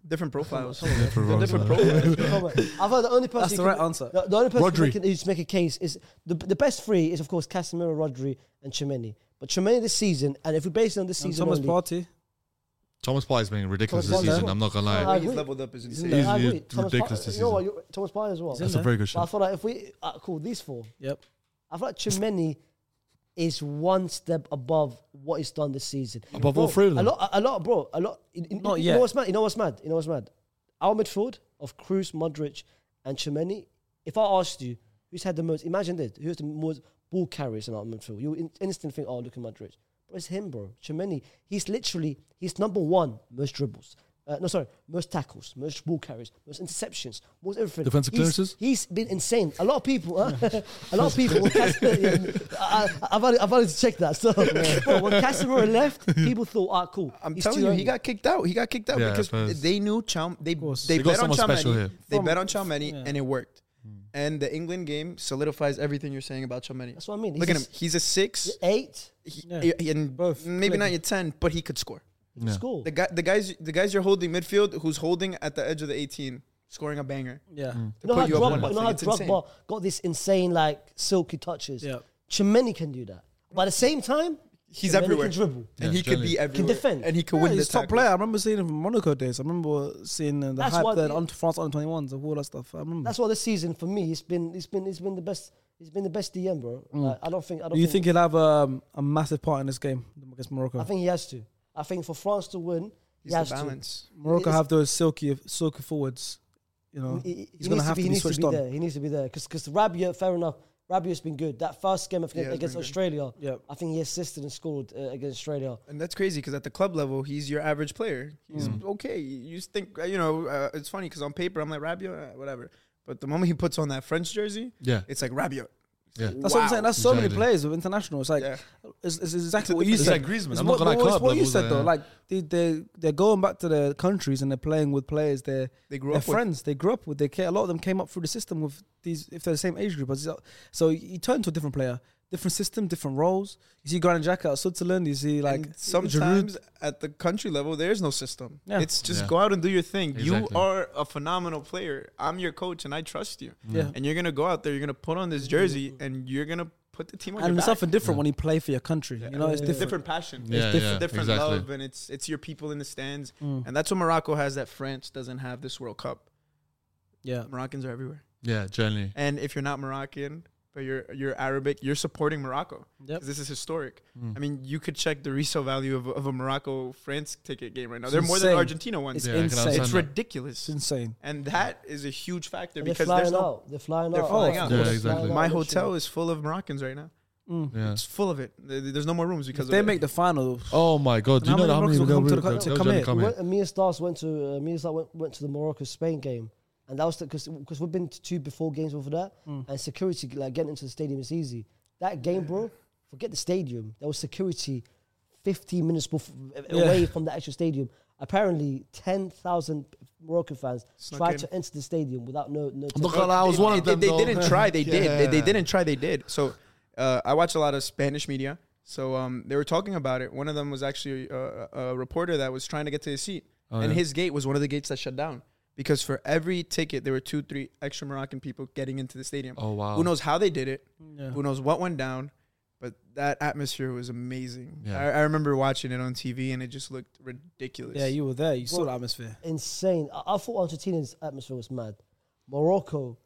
Speaker 6: Different profiles.
Speaker 3: roles,
Speaker 6: Different
Speaker 3: man.
Speaker 6: profiles.
Speaker 4: I thought the only person
Speaker 2: That's
Speaker 4: who
Speaker 2: the
Speaker 4: can-
Speaker 2: right answer.
Speaker 4: The, the only person who
Speaker 3: Rodri.
Speaker 4: can who's make a case is the the best three is of course Casemiro, Rodri, and Chimeni. But Chimeni this season, and if we base it on this
Speaker 2: And
Speaker 4: season,
Speaker 2: Thomas
Speaker 4: only,
Speaker 2: Partey.
Speaker 3: Thomas Partey's being ridiculous
Speaker 4: Thomas
Speaker 3: this
Speaker 4: Partey.
Speaker 3: season. I'm not gonna
Speaker 4: I
Speaker 3: lie.
Speaker 4: agree.
Speaker 6: He's leveled up, isn't
Speaker 4: Isn't
Speaker 6: he?
Speaker 4: it?
Speaker 3: He's-
Speaker 4: I agree.
Speaker 3: he's
Speaker 4: Thomas
Speaker 3: ridiculous
Speaker 4: Partey-
Speaker 3: this
Speaker 4: you know what,
Speaker 3: season.
Speaker 4: you- Thomas Partey as well.
Speaker 3: That's a very good
Speaker 4: But I
Speaker 3: shot.
Speaker 4: feel like if we uh, cool these four,
Speaker 2: Yep.
Speaker 4: I feel like Chimeni is one step above what he's done this season.
Speaker 3: Above
Speaker 4: Bro,
Speaker 3: all three of them?
Speaker 4: A lot, a lot, bro. A lot. in- in-
Speaker 2: Not
Speaker 4: you
Speaker 2: yet.
Speaker 4: know what's mad? You know what's mad? You know what's mad? Our midfield of Cruz, Modric, and Chimeni. If I asked you who's had the most, imagine this: who's the most ball carriers in our midfield? You in, instantly think, oh, look at Modric. But it's him, bro. Chimeni. He's literally he's number one most dribbles. Uh, no, sorry, most tackles, most ball carries, most interceptions, most everything.
Speaker 3: Defensive
Speaker 4: He's-
Speaker 3: clearances?
Speaker 4: He's been insane. A lot of people, huh? a lot of people. When Casemiro, I, I, I've, only, I've only checked that. So Bro, when Casemiro left, people thought, "Ah, cool."
Speaker 6: I'm
Speaker 4: he's
Speaker 6: telling
Speaker 4: too
Speaker 6: you,
Speaker 4: early."
Speaker 6: he got kicked out. He got kicked out
Speaker 3: Yeah,
Speaker 6: because
Speaker 3: first.
Speaker 6: they knew Chow. They they,
Speaker 3: They got
Speaker 6: bet on
Speaker 3: someone special
Speaker 6: Chalmany.
Speaker 3: here.
Speaker 6: They
Speaker 2: From-
Speaker 6: bet on Chalmany,
Speaker 2: yeah.
Speaker 6: and it worked. And the England game solidifies everything you're saying about Chalmany.
Speaker 4: That's what I mean.
Speaker 6: Look
Speaker 4: He's
Speaker 6: at
Speaker 4: a
Speaker 6: him.
Speaker 4: s-
Speaker 6: He's a six.
Speaker 4: eight.
Speaker 6: He-
Speaker 2: Yeah.
Speaker 6: he- and
Speaker 2: Both.
Speaker 6: maybe
Speaker 2: Clearly.
Speaker 6: not your ten, but he could score.
Speaker 4: he
Speaker 3: Yeah.
Speaker 4: Score.
Speaker 6: The guy, the guys, the guys you're holding midfield, who's holding at the edge of the 18, scoring a banger.
Speaker 2: Yeah.
Speaker 6: to
Speaker 4: You know
Speaker 6: put
Speaker 4: how
Speaker 6: you up one
Speaker 4: Drogba, you know
Speaker 6: nothing.
Speaker 4: how
Speaker 6: It's insane.
Speaker 4: Drogba got this insane like silky touches.
Speaker 2: Yeah.
Speaker 4: Chimeni can do that. But at the same time,
Speaker 6: He's
Speaker 4: Chimeni
Speaker 6: everywhere.
Speaker 4: Can dribble.
Speaker 6: and
Speaker 3: Yeah,
Speaker 6: he could
Speaker 3: generally.
Speaker 6: be
Speaker 3: Can
Speaker 6: everywhere.
Speaker 4: defend.
Speaker 6: and he could
Speaker 2: Yeah,
Speaker 6: win
Speaker 2: he's
Speaker 6: the
Speaker 2: top
Speaker 6: tackle.
Speaker 2: player. I remember seeing him from Monaco days. I remember seeing uh, the
Speaker 4: That's why
Speaker 2: hype then
Speaker 4: the-
Speaker 2: on France under twenty ones, the World Cup stuff. I remember.
Speaker 4: That's why this season for me, it's been, it's been, it's been the best. It's been the best DM, bro. Like, I don't think. I don't
Speaker 2: Do you think he'll have um, a massive part in this game against Morocco?
Speaker 4: I think he has to. I think for France to win,
Speaker 6: He's
Speaker 4: he has
Speaker 6: the
Speaker 4: to.
Speaker 6: balance.
Speaker 2: Morocco
Speaker 4: it's-
Speaker 2: have those silky, silky forwards. You know,
Speaker 4: He- he-
Speaker 2: he's
Speaker 4: he
Speaker 2: going
Speaker 4: needs
Speaker 2: to have to be,
Speaker 4: he needs
Speaker 2: switched
Speaker 4: to be
Speaker 2: on.
Speaker 4: There. He needs to be there because because Rabiot, fair enough. Rabiot's been good. That first game against,
Speaker 6: Yeah, he's
Speaker 4: against
Speaker 6: been good.
Speaker 4: Australia,
Speaker 2: Yeah.
Speaker 4: I think he assisted and scored uh, against Australia.
Speaker 6: And that's crazy because at the club level, he's your average player. He's
Speaker 3: Mm-hmm.
Speaker 6: okay. You just think, uh, you know, uh, it's funny because on paper, I'm like Rabiot, uh, whatever. But the moment he puts on that French jersey,
Speaker 3: Yeah.
Speaker 6: it's like Rabiot.
Speaker 3: Yeah.
Speaker 2: That's what I'm saying. That's so many
Speaker 3: Exactly.
Speaker 2: players with international. It's like
Speaker 6: Yeah.
Speaker 2: it's, it's exactly
Speaker 6: a
Speaker 2: what you
Speaker 3: It's
Speaker 2: said.
Speaker 3: like Griezmann.
Speaker 2: It's
Speaker 3: I'm
Speaker 2: what,
Speaker 3: not gonna lie,
Speaker 2: what- it's
Speaker 3: club
Speaker 2: what you
Speaker 3: levels
Speaker 2: said
Speaker 3: are-
Speaker 2: though. Like they they they're going back to their countries and they're playing with players they're
Speaker 6: They grew
Speaker 2: they're
Speaker 6: up with.
Speaker 2: friends they grew up with. They care. A lot of them came up through the system with these if they're the same age group. as you. So you turn to a different player, different system, different roles. You see Granit Xhaka at Switzerland. You see like
Speaker 6: and
Speaker 2: Giroud.
Speaker 6: sometimes at the country level there is no system
Speaker 2: Yeah.
Speaker 6: it's just
Speaker 3: Yeah.
Speaker 6: go out and do your thing
Speaker 3: Exactly.
Speaker 6: you are a phenomenal player i'm your coach and i trust you
Speaker 3: Mm-hmm.
Speaker 2: Yeah.
Speaker 6: and you're gonna go out there you're gonna put on this jersey and you're gonna put the team on
Speaker 2: and
Speaker 6: your
Speaker 2: it's
Speaker 6: back.
Speaker 2: something different when you play for your country. You know, it's
Speaker 6: it's
Speaker 2: different.
Speaker 6: different passion
Speaker 3: Yeah,
Speaker 6: it's different,
Speaker 3: yeah,
Speaker 6: different
Speaker 3: exactly.
Speaker 6: love and it's it's your people in the stands
Speaker 2: Mm.
Speaker 6: and that's what morocco has that france doesn't have this world cup
Speaker 2: Yeah,
Speaker 6: moroccans are everywhere
Speaker 3: Yeah, generally.
Speaker 6: and if you're not moroccan but you're you're arabic you're supporting morocco
Speaker 2: Yep.
Speaker 6: 'Cause this is historic
Speaker 3: Mm.
Speaker 6: i mean you could check the resale value of, a- of a morocco france ticket game right now they're more than
Speaker 2: insane.
Speaker 6: argentina ones
Speaker 2: it's
Speaker 3: Yeah, I can
Speaker 2: insane.
Speaker 3: understand
Speaker 6: it's
Speaker 3: that.
Speaker 6: ridiculous
Speaker 2: It's insane.
Speaker 6: and that is a huge factor
Speaker 4: And They're
Speaker 6: because there's
Speaker 4: flying
Speaker 6: no
Speaker 4: out. They're flying
Speaker 6: they're
Speaker 4: out.
Speaker 6: flying
Speaker 4: Like,
Speaker 6: out.
Speaker 3: Yeah,
Speaker 4: they're
Speaker 3: exactly.
Speaker 4: flying out,
Speaker 6: my
Speaker 4: literally.
Speaker 6: hotel is full of moroccans right now
Speaker 3: Yeah.
Speaker 6: it's full of it There- there's no more rooms because
Speaker 2: If
Speaker 6: of
Speaker 2: they
Speaker 6: it.
Speaker 2: make the final,
Speaker 3: Oh my god! Do you
Speaker 2: And
Speaker 3: know
Speaker 2: how
Speaker 3: how
Speaker 2: many Moroccans will come
Speaker 3: many they'll
Speaker 2: to the
Speaker 3: they'll-
Speaker 2: country-
Speaker 3: they'll
Speaker 2: come
Speaker 3: generally
Speaker 2: here?
Speaker 3: come
Speaker 4: We
Speaker 3: here?
Speaker 4: went, me and Stars went to uh, me and Stars went, went to the Morocco Spain game, and that was because because we've been to two before games before that,
Speaker 3: Mm.
Speaker 4: and security like getting into the stadium is easy. That game, bro, forget the stadium. There was security, fifteen minutes bef- away from the actual stadium. Apparently, ten thousand Moroccan fans
Speaker 6: Snuck
Speaker 4: tried
Speaker 6: in.
Speaker 4: to enter the stadium without no no.
Speaker 3: I'm not
Speaker 4: ticket.
Speaker 3: gonna lie, I was
Speaker 6: They-
Speaker 3: one
Speaker 6: they,
Speaker 3: of them.
Speaker 6: They,
Speaker 3: though.
Speaker 6: didn't try. They did. They, they
Speaker 3: Yeah.
Speaker 6: didn't try. They did. So uh, I watch a lot of Spanish media. So um, they were talking about it. One of them was actually uh, a, a reporter that was trying to get to his seat, and
Speaker 3: Oh, yeah.
Speaker 6: his gate was one of the gates that shut down because for every ticket there were two, three extra Moroccan people getting into the stadium.
Speaker 3: Oh, wow.
Speaker 6: Who knows how they did it? Who knows what went down? But that atmosphere was amazing.
Speaker 3: Yeah.
Speaker 6: I, I remember watching it on TV, and it just looked ridiculous.
Speaker 2: yeah, you were there. You saw the atmosphere.
Speaker 4: insane. I, I thought Argentina's atmosphere was mad. Morocco,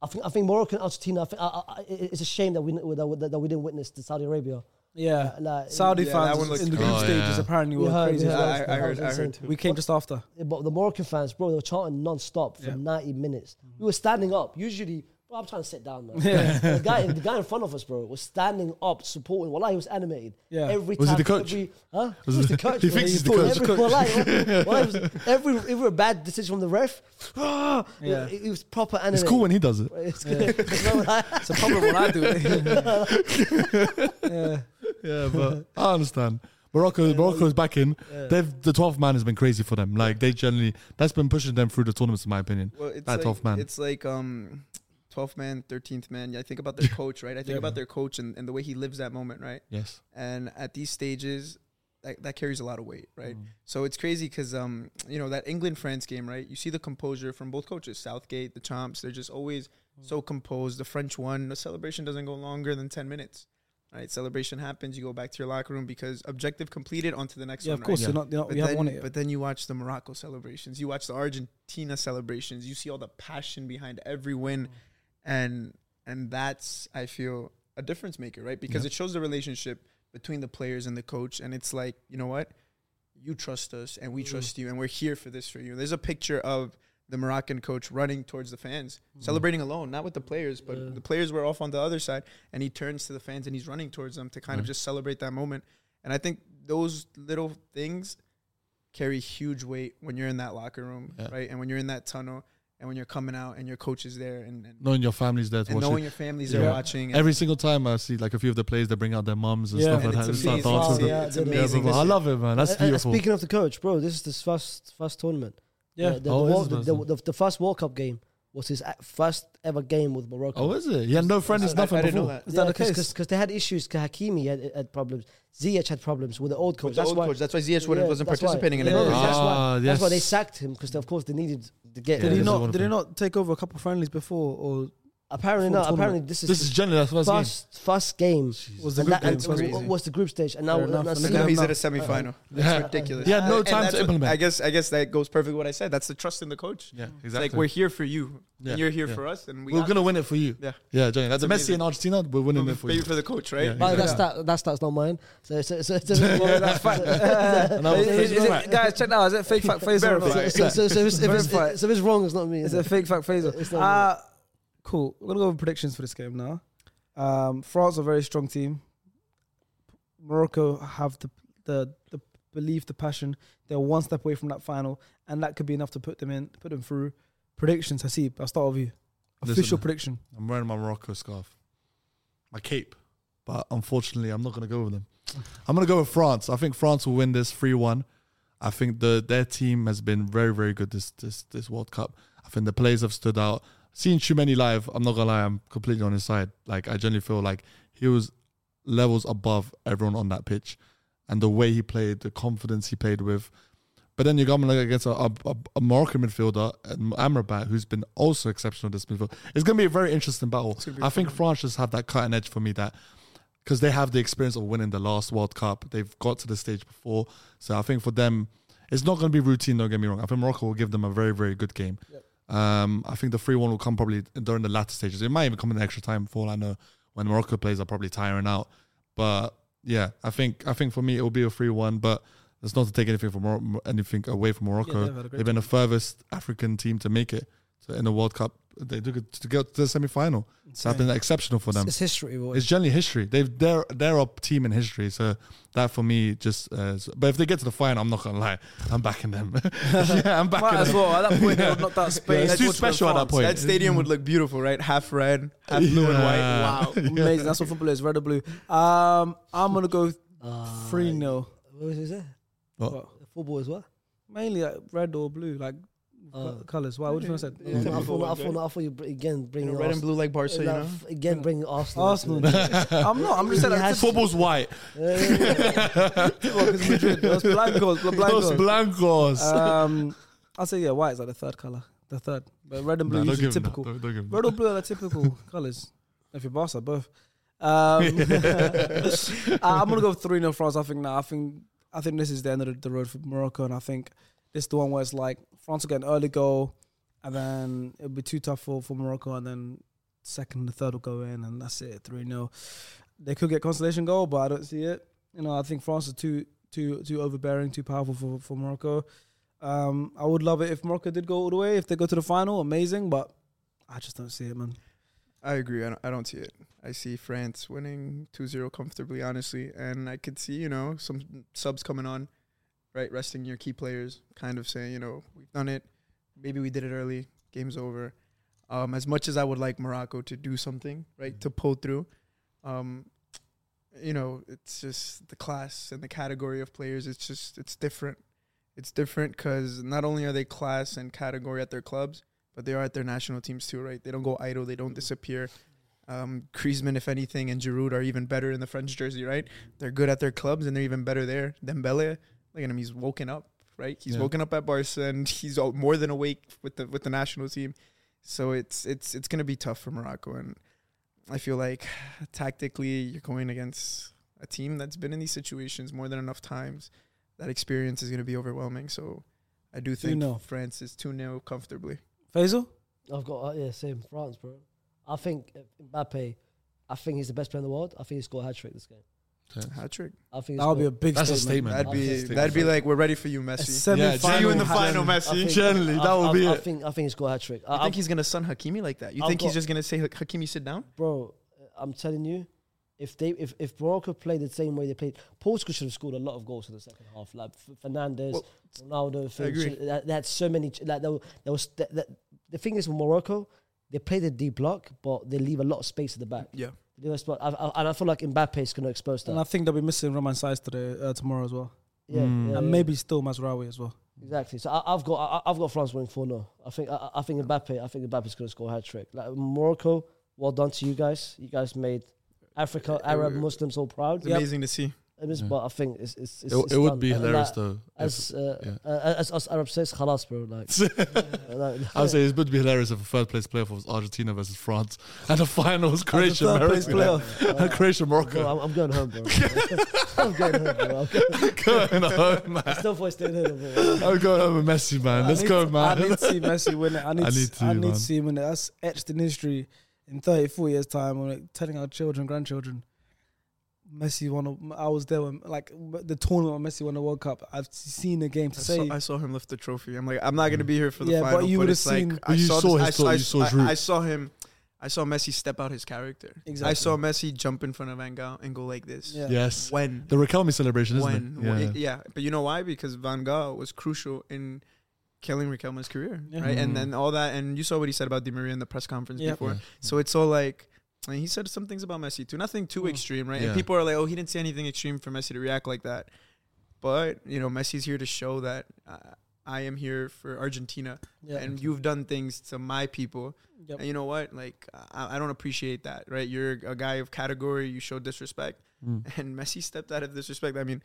Speaker 4: I think I think Morocco and Argentina. I think, I, I, I- it's a shame that we that, that we didn't witness the Saudi Arabia.
Speaker 2: Yeah,
Speaker 4: like-
Speaker 2: Saudi
Speaker 6: Yeah, that
Speaker 2: fans
Speaker 6: one looks
Speaker 2: in the
Speaker 6: crazy.
Speaker 2: group
Speaker 3: Oh,
Speaker 2: stages
Speaker 3: yeah.
Speaker 2: apparently
Speaker 4: We
Speaker 2: were
Speaker 4: heard-
Speaker 2: crazy.
Speaker 4: we
Speaker 2: as
Speaker 6: Yeah,
Speaker 4: heard
Speaker 2: well.
Speaker 4: that.
Speaker 6: I- I
Speaker 4: That was
Speaker 6: heard- I heard
Speaker 4: insane.
Speaker 6: too.
Speaker 2: We came just after.
Speaker 4: Yeah, But the Moroccan fans, bro, they were chanting non-stop for 90 minutes.
Speaker 2: Mm-hmm.
Speaker 4: We were standing up. Usually, bro, I'm trying to sit down, man. the, guy, the guy in front of us, bro, was standing up, supporting. Wallah, he was animated.
Speaker 2: Yeah.
Speaker 4: Every
Speaker 3: Was he
Speaker 4: time.
Speaker 3: the coach?
Speaker 4: Every, huh?
Speaker 3: Was
Speaker 4: he was
Speaker 3: he-
Speaker 4: the coach.
Speaker 3: he
Speaker 4: bro.
Speaker 3: thinks he's the
Speaker 4: Every-
Speaker 3: coach.
Speaker 4: Every, wallah, wallah, it was- every, every bad decision from the ref, yeah.
Speaker 2: Yeah.
Speaker 4: it, it was proper animated.
Speaker 3: It's cool when he does it.
Speaker 4: It's cool. It's not like-
Speaker 2: It's a problem when I do it.
Speaker 3: Yeah, but I understand. Morocco, Morocco is back in. They've the 12th man has been crazy for them. Like they generally, that's been pushing them through the tournaments, in my opinion.
Speaker 6: Well, it's
Speaker 3: that
Speaker 6: like,
Speaker 3: 12th man.
Speaker 6: It's like um, twelfth man, thirteenth man. Yeah, I think about their coach, right? I think about their coach and, and the way he lives that moment, right?
Speaker 3: Yes.
Speaker 6: And at these stages, that, that carries a lot of weight, right? So it's crazy because um, you know that England France game, right? You see the composure from both coaches, Southgate, the Chomps. They're just always so composed. The French one, the celebration doesn't go longer than ten minutes. Right, celebration happens. You go back to your locker room because objective completed. On to the next
Speaker 2: Yeah,
Speaker 6: one.
Speaker 2: of course.
Speaker 6: right?
Speaker 2: You're not, you're not,
Speaker 6: But
Speaker 2: you haven't won
Speaker 6: then,
Speaker 2: it.
Speaker 6: but then you watch the Morocco celebrations, you watch the Argentina celebrations, you see all the passion behind every win, and and that's I feel a difference maker, right? Because it shows the relationship between the players and the coach, and it's like you know what, you trust us, and
Speaker 4: Mm.
Speaker 6: we trust you, and we're here for this for you. There's a picture of the Moroccan coach running towards the fans,
Speaker 4: Mm.
Speaker 6: celebrating alone, not with the players, but the players were off on the other side, and he turns to the fans and he's running towards them to kind
Speaker 4: Mm.
Speaker 6: of just celebrate that moment. And I think those little things carry huge weight when you're in that locker room, right? And when you're in that tunnel, and when you're coming out, and your coach is there, and, and,
Speaker 3: Knowing your family's there to
Speaker 6: and
Speaker 3: watch it.
Speaker 6: knowing your families
Speaker 3: Yeah.
Speaker 6: are watching. and-
Speaker 3: Every single time I see like a few of the players, they bring out their mums and
Speaker 2: Yeah.
Speaker 3: stuff
Speaker 6: and
Speaker 3: like that.
Speaker 6: it's
Speaker 3: and start
Speaker 6: amazing.
Speaker 4: amazing.
Speaker 3: dancing.
Speaker 4: Yeah,
Speaker 6: it's
Speaker 4: yeah, yeah.
Speaker 6: amazing.
Speaker 3: Yeah, but I love it, man. That's
Speaker 4: And- and
Speaker 3: beautiful.
Speaker 4: speaking of the coach, bro, this is his first first tournament.
Speaker 2: Yeah.
Speaker 4: the, the,
Speaker 3: Oh,
Speaker 4: the,
Speaker 3: it is
Speaker 4: World-
Speaker 3: his
Speaker 4: the,
Speaker 3: first
Speaker 4: the, the first World Cup game was his a- first ever game with Morocco.
Speaker 3: oh, is it? Yeah, no friend is
Speaker 6: I- I
Speaker 3: nothing
Speaker 6: didn't know
Speaker 3: before.
Speaker 6: that.
Speaker 2: Is that the case?
Speaker 4: Because they had issues. 'cause Hakimi had, had problems. Ziyech had problems with the old coach.
Speaker 6: With the
Speaker 4: that's
Speaker 6: old
Speaker 4: why.
Speaker 6: coach. That's why Ziyech
Speaker 4: Yeah,
Speaker 6: wasn't
Speaker 4: that's why-
Speaker 6: participating in
Speaker 4: yeah,
Speaker 6: it.
Speaker 4: yeah, That's,
Speaker 3: Ah,
Speaker 4: why, that's why they
Speaker 3: yes.
Speaker 4: sacked him because, of course, they needed to get.
Speaker 3: Yeah,
Speaker 2: Did he
Speaker 3: that's a
Speaker 2: not?
Speaker 3: wonderful
Speaker 2: Did he
Speaker 3: thing.
Speaker 2: not take over a couple of friendlies before, or
Speaker 4: Apparently not.
Speaker 2: Full tournament.
Speaker 4: Apparently this is
Speaker 3: This is generally that's what I
Speaker 4: first first game.
Speaker 2: was the
Speaker 4: And
Speaker 2: group
Speaker 4: that- and
Speaker 2: games
Speaker 4: was-
Speaker 2: first?
Speaker 6: crazy.
Speaker 4: was the group stage, and now
Speaker 2: Fair
Speaker 4: and
Speaker 2: enough.
Speaker 4: now
Speaker 2: And
Speaker 4: see
Speaker 6: And
Speaker 2: Yeah,
Speaker 6: now
Speaker 4: him
Speaker 6: he's
Speaker 2: no.
Speaker 6: at a semifinal.
Speaker 3: Yeah.
Speaker 6: That's ridiculous.
Speaker 3: Uh-huh. Yeah, no
Speaker 6: And
Speaker 3: time
Speaker 6: that's
Speaker 3: to
Speaker 6: what-
Speaker 3: implement.
Speaker 6: I guess I guess that goes perfect with what I said. That's the trust in the coach.
Speaker 3: Yeah,
Speaker 6: It's
Speaker 3: exactly.
Speaker 6: like we're here for you.
Speaker 3: Yeah,
Speaker 6: And you're here
Speaker 3: yeah.
Speaker 6: for us and we
Speaker 3: We're
Speaker 6: got
Speaker 3: gonna win it for you.
Speaker 6: Yeah.
Speaker 3: yeah, Johnny. That's the Messi
Speaker 6: amazing.
Speaker 3: and Argentina. We're winning
Speaker 6: you.
Speaker 3: it for
Speaker 6: Pay
Speaker 3: you.
Speaker 6: for the coach, right?
Speaker 3: Yeah,
Speaker 4: But that's that, that's that's not mine. So, so, so, so, so,
Speaker 2: that's fact.
Speaker 3: And I was-
Speaker 2: Is- is it- guys, check that out. Is it fake fact phaser? or not?
Speaker 6: Verify.
Speaker 4: so, so, so if, it's, if, it's,
Speaker 2: Verify.
Speaker 4: so if it's wrong, it's not me.
Speaker 2: Is
Speaker 4: is
Speaker 2: it a
Speaker 4: it?
Speaker 2: fake fact
Speaker 4: It's
Speaker 2: phaser?
Speaker 4: not
Speaker 2: Uh, cool. We're gonna go with predictions for this game now. Um, France are a very strong team. Morocco have the the the belief, the passion. They're one step away from that final, and that could be enough to put them in, put them through. Predictions, Hasib. I'll start with you.
Speaker 3: Listen.
Speaker 2: Official prediction.
Speaker 3: I'm wearing my Morocco scarf. my cape. But unfortunately, I'm not going to go with them. I'm going to go with France. I think France will win this 3 1. I think the their team has been very, very good this, this, this World Cup. I think the players have stood out. Seeing Chumeni live, I'm not going to lie, I'm completely on his side. Like, I generally feel like he was levels above everyone on that pitch. And the way he played, the confidence he played with. But then you're going like, against a, a, a- a Moroccan midfielder, um, Amrabat, who's been also exceptional this midfield. It's going to be a very interesting battle. I think France just have that cutting edge for me that because they have the experience of winning the last World Cup. They've got to the stage before. So I think for them, it's not going to be routine, don't get me wrong. I think Morocco will give them a very, very good game. Um, I think the 3 1 will come probably during the latter stages. It might even come in extra time, for all I know, when Morocco players are probably tiring out. But yeah, I think I think for me, it will be a 3 1. But that's not to take anything from Mor- anything away from Morocco.
Speaker 2: they've had a
Speaker 3: they've
Speaker 2: great
Speaker 3: been the furthest African team to make it to, in the World Cup. They took it to get to the semi final. It's been exceptional for them.
Speaker 4: It's history. Boy.
Speaker 3: It's generally history. They've they're they're a team in history. So that for me just. Uh, is- but if they get to the final, I'm not gonna lie. I'm backing them. yeah, I'm backing
Speaker 2: Might as
Speaker 3: them.
Speaker 2: well. At that point, they would knock out Spain.
Speaker 3: Yeah, it's too
Speaker 2: Portugal,
Speaker 3: special at that
Speaker 2: France.
Speaker 3: point.
Speaker 6: That stadium would look beautiful, right? Half red, half blue and
Speaker 3: Yeah.
Speaker 6: white. Wow.
Speaker 2: Amazing. That's what football is. Red or blue. Um, I'm gonna go
Speaker 4: Uh,
Speaker 2: three 0
Speaker 4: Ah, What was it? oh.
Speaker 3: What?
Speaker 4: Football as well.
Speaker 2: Mainly like red or blue, like
Speaker 4: Oh.
Speaker 2: colors. Wow, what do you think I said?
Speaker 4: I thought, I thought, I thought you br- again bringing
Speaker 6: Red and blue like Barca, you know?
Speaker 4: Again bringing Arsenal.
Speaker 2: Arsenal.
Speaker 4: into it.
Speaker 2: I'm not. I'm just saying.
Speaker 4: He
Speaker 2: Like,
Speaker 4: has-
Speaker 3: Football's white.
Speaker 2: because Madrid. Those blancos. Los
Speaker 3: Los
Speaker 2: blancos.
Speaker 3: blancos.
Speaker 2: um, I'll say yeah. White is like the third color, the third. But red and blue
Speaker 3: Nah,
Speaker 2: is
Speaker 3: don't
Speaker 2: usually
Speaker 3: give them that.
Speaker 2: typical.
Speaker 3: Don't- don't give them
Speaker 2: Red or blue are the typical colors. If you're Barca, both. Um, I- I'm gonna go three 0 France. I think now. I think I think this is the end of the, the road for Morocco, and I think this is the one where it's like France will get an early goal, and then it'll be too tough for, for Morocco, and then second and the third will go in, and that's it. Three 0 They could get consolation goal, but I don't see it. You know, I think France are too too too overbearing, too powerful for for Morocco. Um, I would love it if Morocco did go all the way. If they go to the final, amazing. But I just don't see it, man.
Speaker 6: I agree. I don't, I don't see it. I see France winning 2-0 comfortably, honestly, and I could see you know some subs coming on, right, resting your key players, kind of saying you know we've done it, maybe we did it early, game's over. Um, as much as I would like Morocco to do something, right, to pull through, um, you know, it's just the class and the category of players. It's just it's different. It's different because not only are they class and category at their clubs, but they are at their national teams too, right? They don't go idle. They don't disappear. Um, Griezmann, if anything, and Giroud are even better in the French jersey, right? They're good at their clubs and they're even better there. Dembele, look at him, he's woken up, right? He's
Speaker 3: Yeah.
Speaker 6: woken up at Barca and he's all, more than awake with the with the national team. So it's it's it's gonna be tough for Morocco, and I feel like tactically you're going against a team that's been in these situations more than enough times. That experience is gonna be overwhelming. So I do think
Speaker 2: 2-0.
Speaker 6: France is two 0 comfortably.
Speaker 2: Faisal,
Speaker 4: I've got uh, yeah, same France, bro. I think uh, Mbappe. I think he's the best player in the world. I think he scored a hat trick this game.
Speaker 6: Hat trick.
Speaker 4: I think he
Speaker 2: that'll be a
Speaker 4: scored-
Speaker 2: big.
Speaker 3: That's a
Speaker 2: statement.
Speaker 3: statement.
Speaker 6: That'd be
Speaker 4: That's
Speaker 6: that'd be like we're ready for you,
Speaker 2: A
Speaker 6: Messi.
Speaker 2: semi-final.
Speaker 3: See you in the
Speaker 2: hat
Speaker 6: final,
Speaker 2: trick.
Speaker 6: Messi.
Speaker 4: I think-
Speaker 3: Generally,
Speaker 4: I-
Speaker 3: that
Speaker 4: I-
Speaker 3: would be
Speaker 4: I
Speaker 3: it.
Speaker 4: think I think he scored a hat trick.
Speaker 6: You
Speaker 4: I,
Speaker 6: think
Speaker 4: think
Speaker 6: he's gonna son Hakimi like that? You
Speaker 4: I've
Speaker 6: think he's
Speaker 4: got-
Speaker 6: just gonna say "Hak- Hakimi sit down?
Speaker 4: bro. uh, I'm telling you, if they if if Morocco played the same way they played, Portugal should have scored a lot of goals in the second half. Like F- Fernandes,
Speaker 6: Well,
Speaker 4: Ronaldo, things.
Speaker 6: agree.
Speaker 4: They had- they had so many. ch- Like there, were- there was that, that, the thing is with Morocco, they play the D block, but they leave a lot of space at the back.
Speaker 6: Yeah.
Speaker 4: They leave a spot- I, I, and I feel like Mbappe is going to expose that.
Speaker 2: And I think they'll be missing Roman Size today, uh, tomorrow as well,
Speaker 4: yeah, yeah,
Speaker 2: and
Speaker 4: yeah.
Speaker 2: maybe still Masraoui as well.
Speaker 4: Exactly. So I, I've got I, I've got France winning four 0 I think I- I, I think Mbappe I think Mbappe's gonna score a hat trick. Like Morocco, well done to you guys. You guys made Africa, Arab, Muslims all proud.
Speaker 6: It's amazing to see.
Speaker 4: It
Speaker 2: Mm.
Speaker 4: is, but I think it's it's, it's
Speaker 3: It,
Speaker 4: it's
Speaker 3: it would
Speaker 4: done.
Speaker 3: be
Speaker 4: And
Speaker 3: hilarious
Speaker 4: that-
Speaker 3: though.
Speaker 4: As uh,
Speaker 3: yeah.
Speaker 4: uh, as us Arab says, khalas, bro. Like, like-
Speaker 3: I would say it would be hilarious if a third place playoff was Argentina versus France and the final was
Speaker 2: And the
Speaker 3: Croatia
Speaker 2: third place
Speaker 3: America.
Speaker 2: playoff.
Speaker 3: And Croatia
Speaker 4: uh, Bro,
Speaker 3: Morocco.
Speaker 4: I'm, I'm going home, bro. I'm going home, bro. I'm going,
Speaker 3: Going home, man.
Speaker 4: there's no point staying here, bro.
Speaker 3: I'm going home with Messi, man. Let's
Speaker 2: I need
Speaker 3: go,
Speaker 2: to-
Speaker 3: man.
Speaker 2: I need to see Messi win it. I need,
Speaker 3: I
Speaker 2: I
Speaker 3: need
Speaker 2: need,
Speaker 3: to,
Speaker 2: I need
Speaker 3: man.
Speaker 2: to see him win it. That's etched in history in 30, 40 years' time. When like, telling our children, grandchildren, Messi won. A, I was there when, like, the tournament when Messi won the World Cup. I've seen the game to
Speaker 6: I
Speaker 2: say.
Speaker 6: saw, I saw him lift the trophy. I'm like, I'm not
Speaker 3: Mm.
Speaker 6: gonna be here for the
Speaker 2: Yeah, but
Speaker 6: final.
Speaker 2: you would've
Speaker 6: it's like,
Speaker 2: seen-
Speaker 6: I
Speaker 3: But you saw
Speaker 6: this-
Speaker 3: his
Speaker 6: I
Speaker 3: thought,
Speaker 6: I,
Speaker 3: you saw his
Speaker 6: I-
Speaker 3: route.
Speaker 6: I saw him. I saw Messi step out his character. I saw Messi jump in front of Van Gaal and go like this.
Speaker 2: Yeah.
Speaker 3: Yes.
Speaker 6: When?
Speaker 3: The Raquelme celebration,
Speaker 6: when?
Speaker 3: isn't it?
Speaker 6: when- yeah. But you know why? Because Van Gaal was crucial in killing Raquelme's career,
Speaker 2: Yeah.
Speaker 3: Mm.
Speaker 6: right? And then all that, and you saw what he said about Di Maria in the press conference
Speaker 2: Yeah.
Speaker 6: before.
Speaker 3: Yeah.
Speaker 6: So it's all like And he said some things about Messi too. Nothing too
Speaker 4: Mm.
Speaker 6: extreme, right?
Speaker 3: Yeah.
Speaker 6: And people are like, "Oh, he didn't say anything extreme for Messi to react like that." But you know, Messi's here to show that uh, I am here for Argentina,
Speaker 4: Yeah.
Speaker 6: and you've done things to my people.
Speaker 4: Yep.
Speaker 6: And you know what? Like, I, I don't appreciate that, right? You're a guy of category. You show disrespect,
Speaker 4: Mm.
Speaker 6: and Messi stepped out of disrespect. I mean,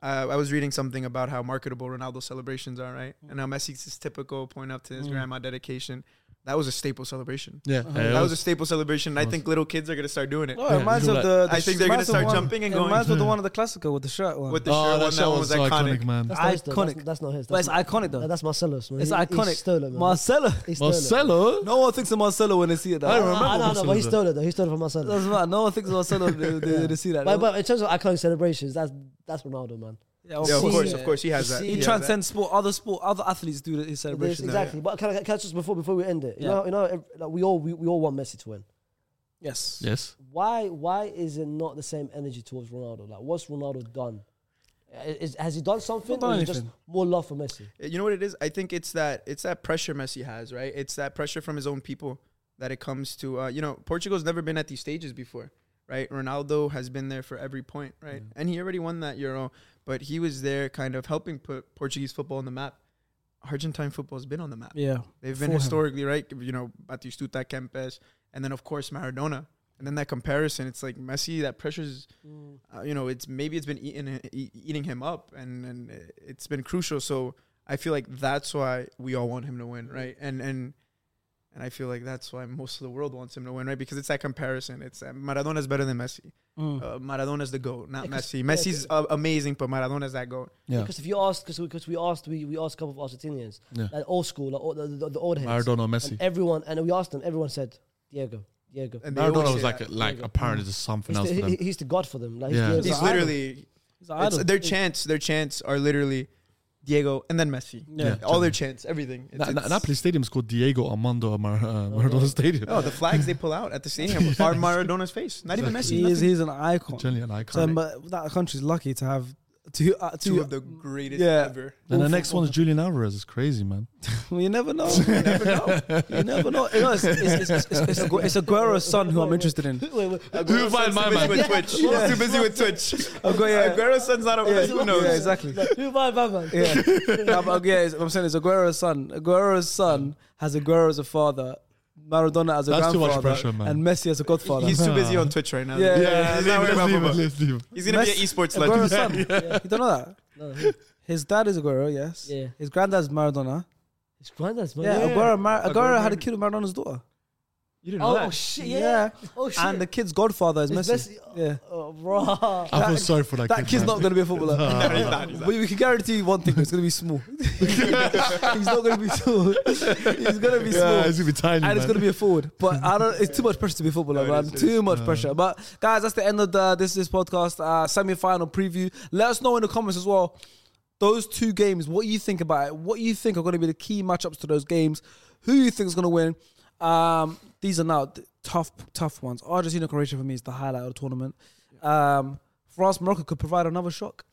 Speaker 6: uh, I was reading something about how marketable Ronaldo celebrations are, right?
Speaker 4: Mm.
Speaker 6: And how Messi's is typical point up to his grandma dedication. That was a staple celebration.
Speaker 3: Yeah, yeah, it
Speaker 6: that was,
Speaker 3: was-
Speaker 6: a staple celebration. and I think little kids are gonna start doing it.
Speaker 2: Oh,
Speaker 3: Yeah,
Speaker 2: it reminds
Speaker 3: you
Speaker 2: me
Speaker 3: do
Speaker 2: of the,
Speaker 6: I
Speaker 2: the
Speaker 6: think they're
Speaker 2: reminds
Speaker 6: gonna
Speaker 2: me of
Speaker 6: start
Speaker 2: one-
Speaker 6: jumping and
Speaker 2: it
Speaker 6: going-
Speaker 2: Reminds me of the one of the Classico with the shirt on.
Speaker 6: With the
Speaker 3: Oh,
Speaker 6: shirt
Speaker 3: that
Speaker 6: one,
Speaker 3: shot
Speaker 6: that one
Speaker 3: was
Speaker 6: was
Speaker 3: so
Speaker 6: iconic.
Speaker 3: iconic, man.
Speaker 4: That's not his though.
Speaker 2: Iconic.
Speaker 4: That's, that's not his.
Speaker 2: but
Speaker 4: That's
Speaker 2: it's
Speaker 4: not-
Speaker 2: iconic though.
Speaker 4: that- That's Marcelo's. Man.
Speaker 2: it's
Speaker 4: He- he
Speaker 2: iconic.
Speaker 4: stole it, man.
Speaker 2: Marcelo.
Speaker 4: He stole It.
Speaker 3: Marcelo.
Speaker 2: No one thinks of Marcelo when they see it. Though.
Speaker 3: I
Speaker 4: I
Speaker 3: don't remember
Speaker 4: I know, I know, but he
Speaker 3: Marcelo's
Speaker 4: stole it though. He stole it from Marcelo.
Speaker 2: Doesn't matter. No one thinks of Marcelo when they, they, they see that.
Speaker 4: But, but in terms of iconic celebrations, that's that's Ronaldo, man.
Speaker 2: yeah, of
Speaker 6: Yeah, of
Speaker 4: See
Speaker 6: course,
Speaker 4: it.
Speaker 6: of course, he has
Speaker 4: You
Speaker 6: that.
Speaker 4: see
Speaker 2: He
Speaker 4: it.
Speaker 6: has that.
Speaker 2: transcends sport. Other sport, other athletes do the
Speaker 4: There's-
Speaker 2: celebration.
Speaker 4: exactly. But can I, can I just before before we end it? You
Speaker 2: Yeah.
Speaker 4: know, you know, ev- like we all we, we all want Messi to win.
Speaker 2: Yes.
Speaker 3: Yes.
Speaker 4: Why why is it not the same energy towards Ronaldo? Like, what's Ronaldo done? Is, has he done something?
Speaker 2: Not done
Speaker 4: or is it just
Speaker 2: anything.
Speaker 4: more love for Messi?
Speaker 6: You know what it is? I think it's that it's that pressure Messi has, right? It's that pressure from his own people that it comes to. Uh, you know, Portugal's never been at these stages before, right? Ronaldo has been there for every point, right? And he already won that Euro, but he was there, kind of helping put Portuguese football on the map. Argentine football has been on the map.
Speaker 2: Yeah.
Speaker 6: They've been
Speaker 2: For him.
Speaker 6: historically right. You know, Batistuta, Kempes, and then of course Maradona. And then that comparison, it's like Messi. That pressure's, uh, you know, it's maybe it's been eating e- eating him up, and and it's been crucial. So I feel like that's why we all want him to win, right? And and and I feel like that's why most of the world wants him to win, right? Because it's that comparison. It's uh, Maradona's better than Messi. Uh, Maradona's the goat, not
Speaker 4: Yeah, 'cause-
Speaker 6: Messi.
Speaker 4: yeah,
Speaker 6: Messi's uh, amazing, but Maradona's that goat.
Speaker 3: Yeah.
Speaker 4: Because if you asked, because because we asked, we, we asked a couple of Argentinians,
Speaker 3: Yeah.
Speaker 4: like old school, like all, the, the, the old heads,
Speaker 3: Maradona, Messi.
Speaker 4: and everyone, and we asked them. Everyone said Diego, Diego.
Speaker 6: And they always
Speaker 3: Maradona
Speaker 6: say
Speaker 3: was like
Speaker 6: that.
Speaker 3: like apparently just something
Speaker 4: He's
Speaker 3: else
Speaker 4: the,
Speaker 3: for
Speaker 4: he,
Speaker 3: them.
Speaker 4: he's the god for them. Like
Speaker 3: Yeah.
Speaker 4: he's,
Speaker 6: he's
Speaker 4: Diego.
Speaker 6: literally It's their chants, their chants are literally Diego and then Messi.
Speaker 3: Yeah.
Speaker 6: all their chants, everything. It's,
Speaker 3: Na- Na-
Speaker 6: it's-
Speaker 3: Napoli Stadium's called Diego Armando Mar- uh, Maradona Stadium.
Speaker 6: no, Oh, the flags they pull out at the stadium are Maradona's face, not even Messi.
Speaker 2: He is,
Speaker 6: nothing.
Speaker 2: he's an icon.
Speaker 3: Generally an
Speaker 2: So,
Speaker 3: iconic.
Speaker 2: but that country's lucky to have two, uh, two,
Speaker 6: Two of the greatest
Speaker 2: Yeah.
Speaker 6: ever.
Speaker 3: And the next one is Julian Alvarez. It's crazy, man.
Speaker 2: Well, you never know. You never know. You never know. You know, it's, it's, it's, it's, it's, Agu- it's Aguero's son who I'm interested in.
Speaker 4: Wait, wait,
Speaker 6: Who find my man? With Twitch.
Speaker 2: Yeah.
Speaker 6: He's too busy with Twitch.
Speaker 2: Aguero-
Speaker 6: Aguero's son's not over.
Speaker 2: Yeah,
Speaker 6: there. Who knows?
Speaker 2: yeah, exactly.
Speaker 4: who my man, man?
Speaker 2: Yeah, No, but, yeah it's- I'm saying it's Aguero's son. Aguero's son has Aguero as a father, Maradona as a
Speaker 3: That's too much
Speaker 2: grandfather,
Speaker 3: pressure, man.
Speaker 2: and Messi as a godfather.
Speaker 6: He's too busy on Twitch right now.
Speaker 2: Yeah, yeah,
Speaker 6: he's, not worried
Speaker 3: let's
Speaker 6: about
Speaker 3: leave it,
Speaker 6: football.
Speaker 3: let's leave it.
Speaker 6: He's gonna be an
Speaker 2: Messi-
Speaker 6: esports
Speaker 2: Aguero's
Speaker 6: legend.
Speaker 2: son. You don't know that.
Speaker 4: No, his
Speaker 2: His dad is Aguero, yes.
Speaker 4: Yeah.
Speaker 2: His granddad's Maradona.
Speaker 4: granddad's man.
Speaker 2: Yeah, Aguero, Mar- Aguero,
Speaker 6: Aguero
Speaker 2: had a
Speaker 6: married-
Speaker 2: kid with Maradona's daughter,
Speaker 6: You didn't know
Speaker 4: Oh,
Speaker 6: that.
Speaker 4: shit! Yeah.
Speaker 2: Yeah.
Speaker 4: Oh shit!
Speaker 2: and the kid's godfather is
Speaker 4: It's
Speaker 2: Messi.
Speaker 4: Messi.
Speaker 2: Yeah,
Speaker 4: oh, bro.
Speaker 3: I feel sorry for that.
Speaker 2: that kid's not
Speaker 3: man.
Speaker 2: going to be a footballer.
Speaker 6: No, he's not, he's
Speaker 2: But
Speaker 6: not.
Speaker 2: we can guarantee you one thing: it's gonna be small. he's not gonna be tall. He's gonna be small,
Speaker 3: Yeah, it's gonna be tiny.
Speaker 2: and it's
Speaker 3: man.
Speaker 2: gonna be a forward. But I don't. It's too much pressure to be a footballer,
Speaker 6: No, it
Speaker 2: man.
Speaker 6: is, it
Speaker 2: Too much pressure. But guys, that's the end of the, this this podcast uh, semi final preview. Let us know in the comments as well. Those two games, what you think about it? What you think are going to be the key matchups to those games? Who you think is going to win? Um, these are now th- tough, tough ones. Argentina Croatia for me is the highlight of the tournament. Um, France Morocco could provide another shock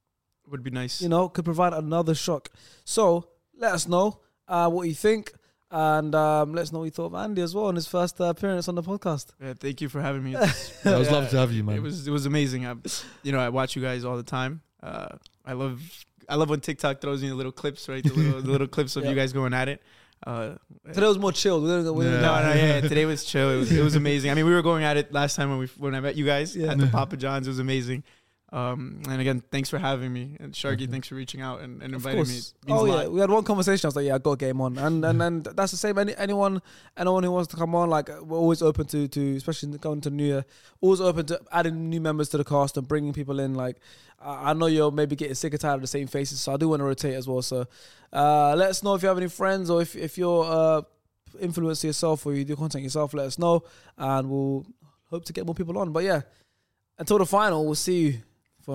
Speaker 6: Would be nice.
Speaker 2: you know, could provide another shock. So let us know uh, what you think, and um, let us know what you thought of Andy as well on his first uh, appearance on the podcast.
Speaker 6: Yeah, thank you for having me. It's-
Speaker 3: Yeah, it was
Speaker 6: yeah,
Speaker 3: lovely to have you, man.
Speaker 6: It was it was amazing. I, you know, I watch you guys all the time. Uh, I love I love when TikTok throws me the little clips, right? The little, the little clips of
Speaker 2: Yeah.
Speaker 6: you guys going at it. Uh,
Speaker 2: Today was more chilled. We didn't, we didn't-
Speaker 3: Yeah.
Speaker 6: No, no, yeah. Today was chill. It was, it was amazing. I mean, we were going at it last time when we when I met you guys
Speaker 2: Yeah.
Speaker 6: at the Papa John's. It was amazing. Um, and again, thanks for having me. And
Speaker 3: Mm-hmm.
Speaker 6: Sharky, thanks for reaching out and, and
Speaker 2: Of
Speaker 6: inviting me.
Speaker 2: course.
Speaker 6: It means
Speaker 2: Oh
Speaker 6: a
Speaker 2: yeah,
Speaker 6: lot.
Speaker 2: we had one conversation. I was like, "Yeah, I got game on," and and and that's the same. Any anyone anyone who wants to come on, like we're always open to to especially going to New Year, always open to adding new members to the cast and bringing people in. Like I I know you're maybe getting sick and tired of the same faces, so I do want to rotate as well. So uh, let us know if you have any friends or if if you're uh, influencing yourself or you do content yourself. Let us know, and we'll hope to get more people on. But yeah, until the final, we'll see you for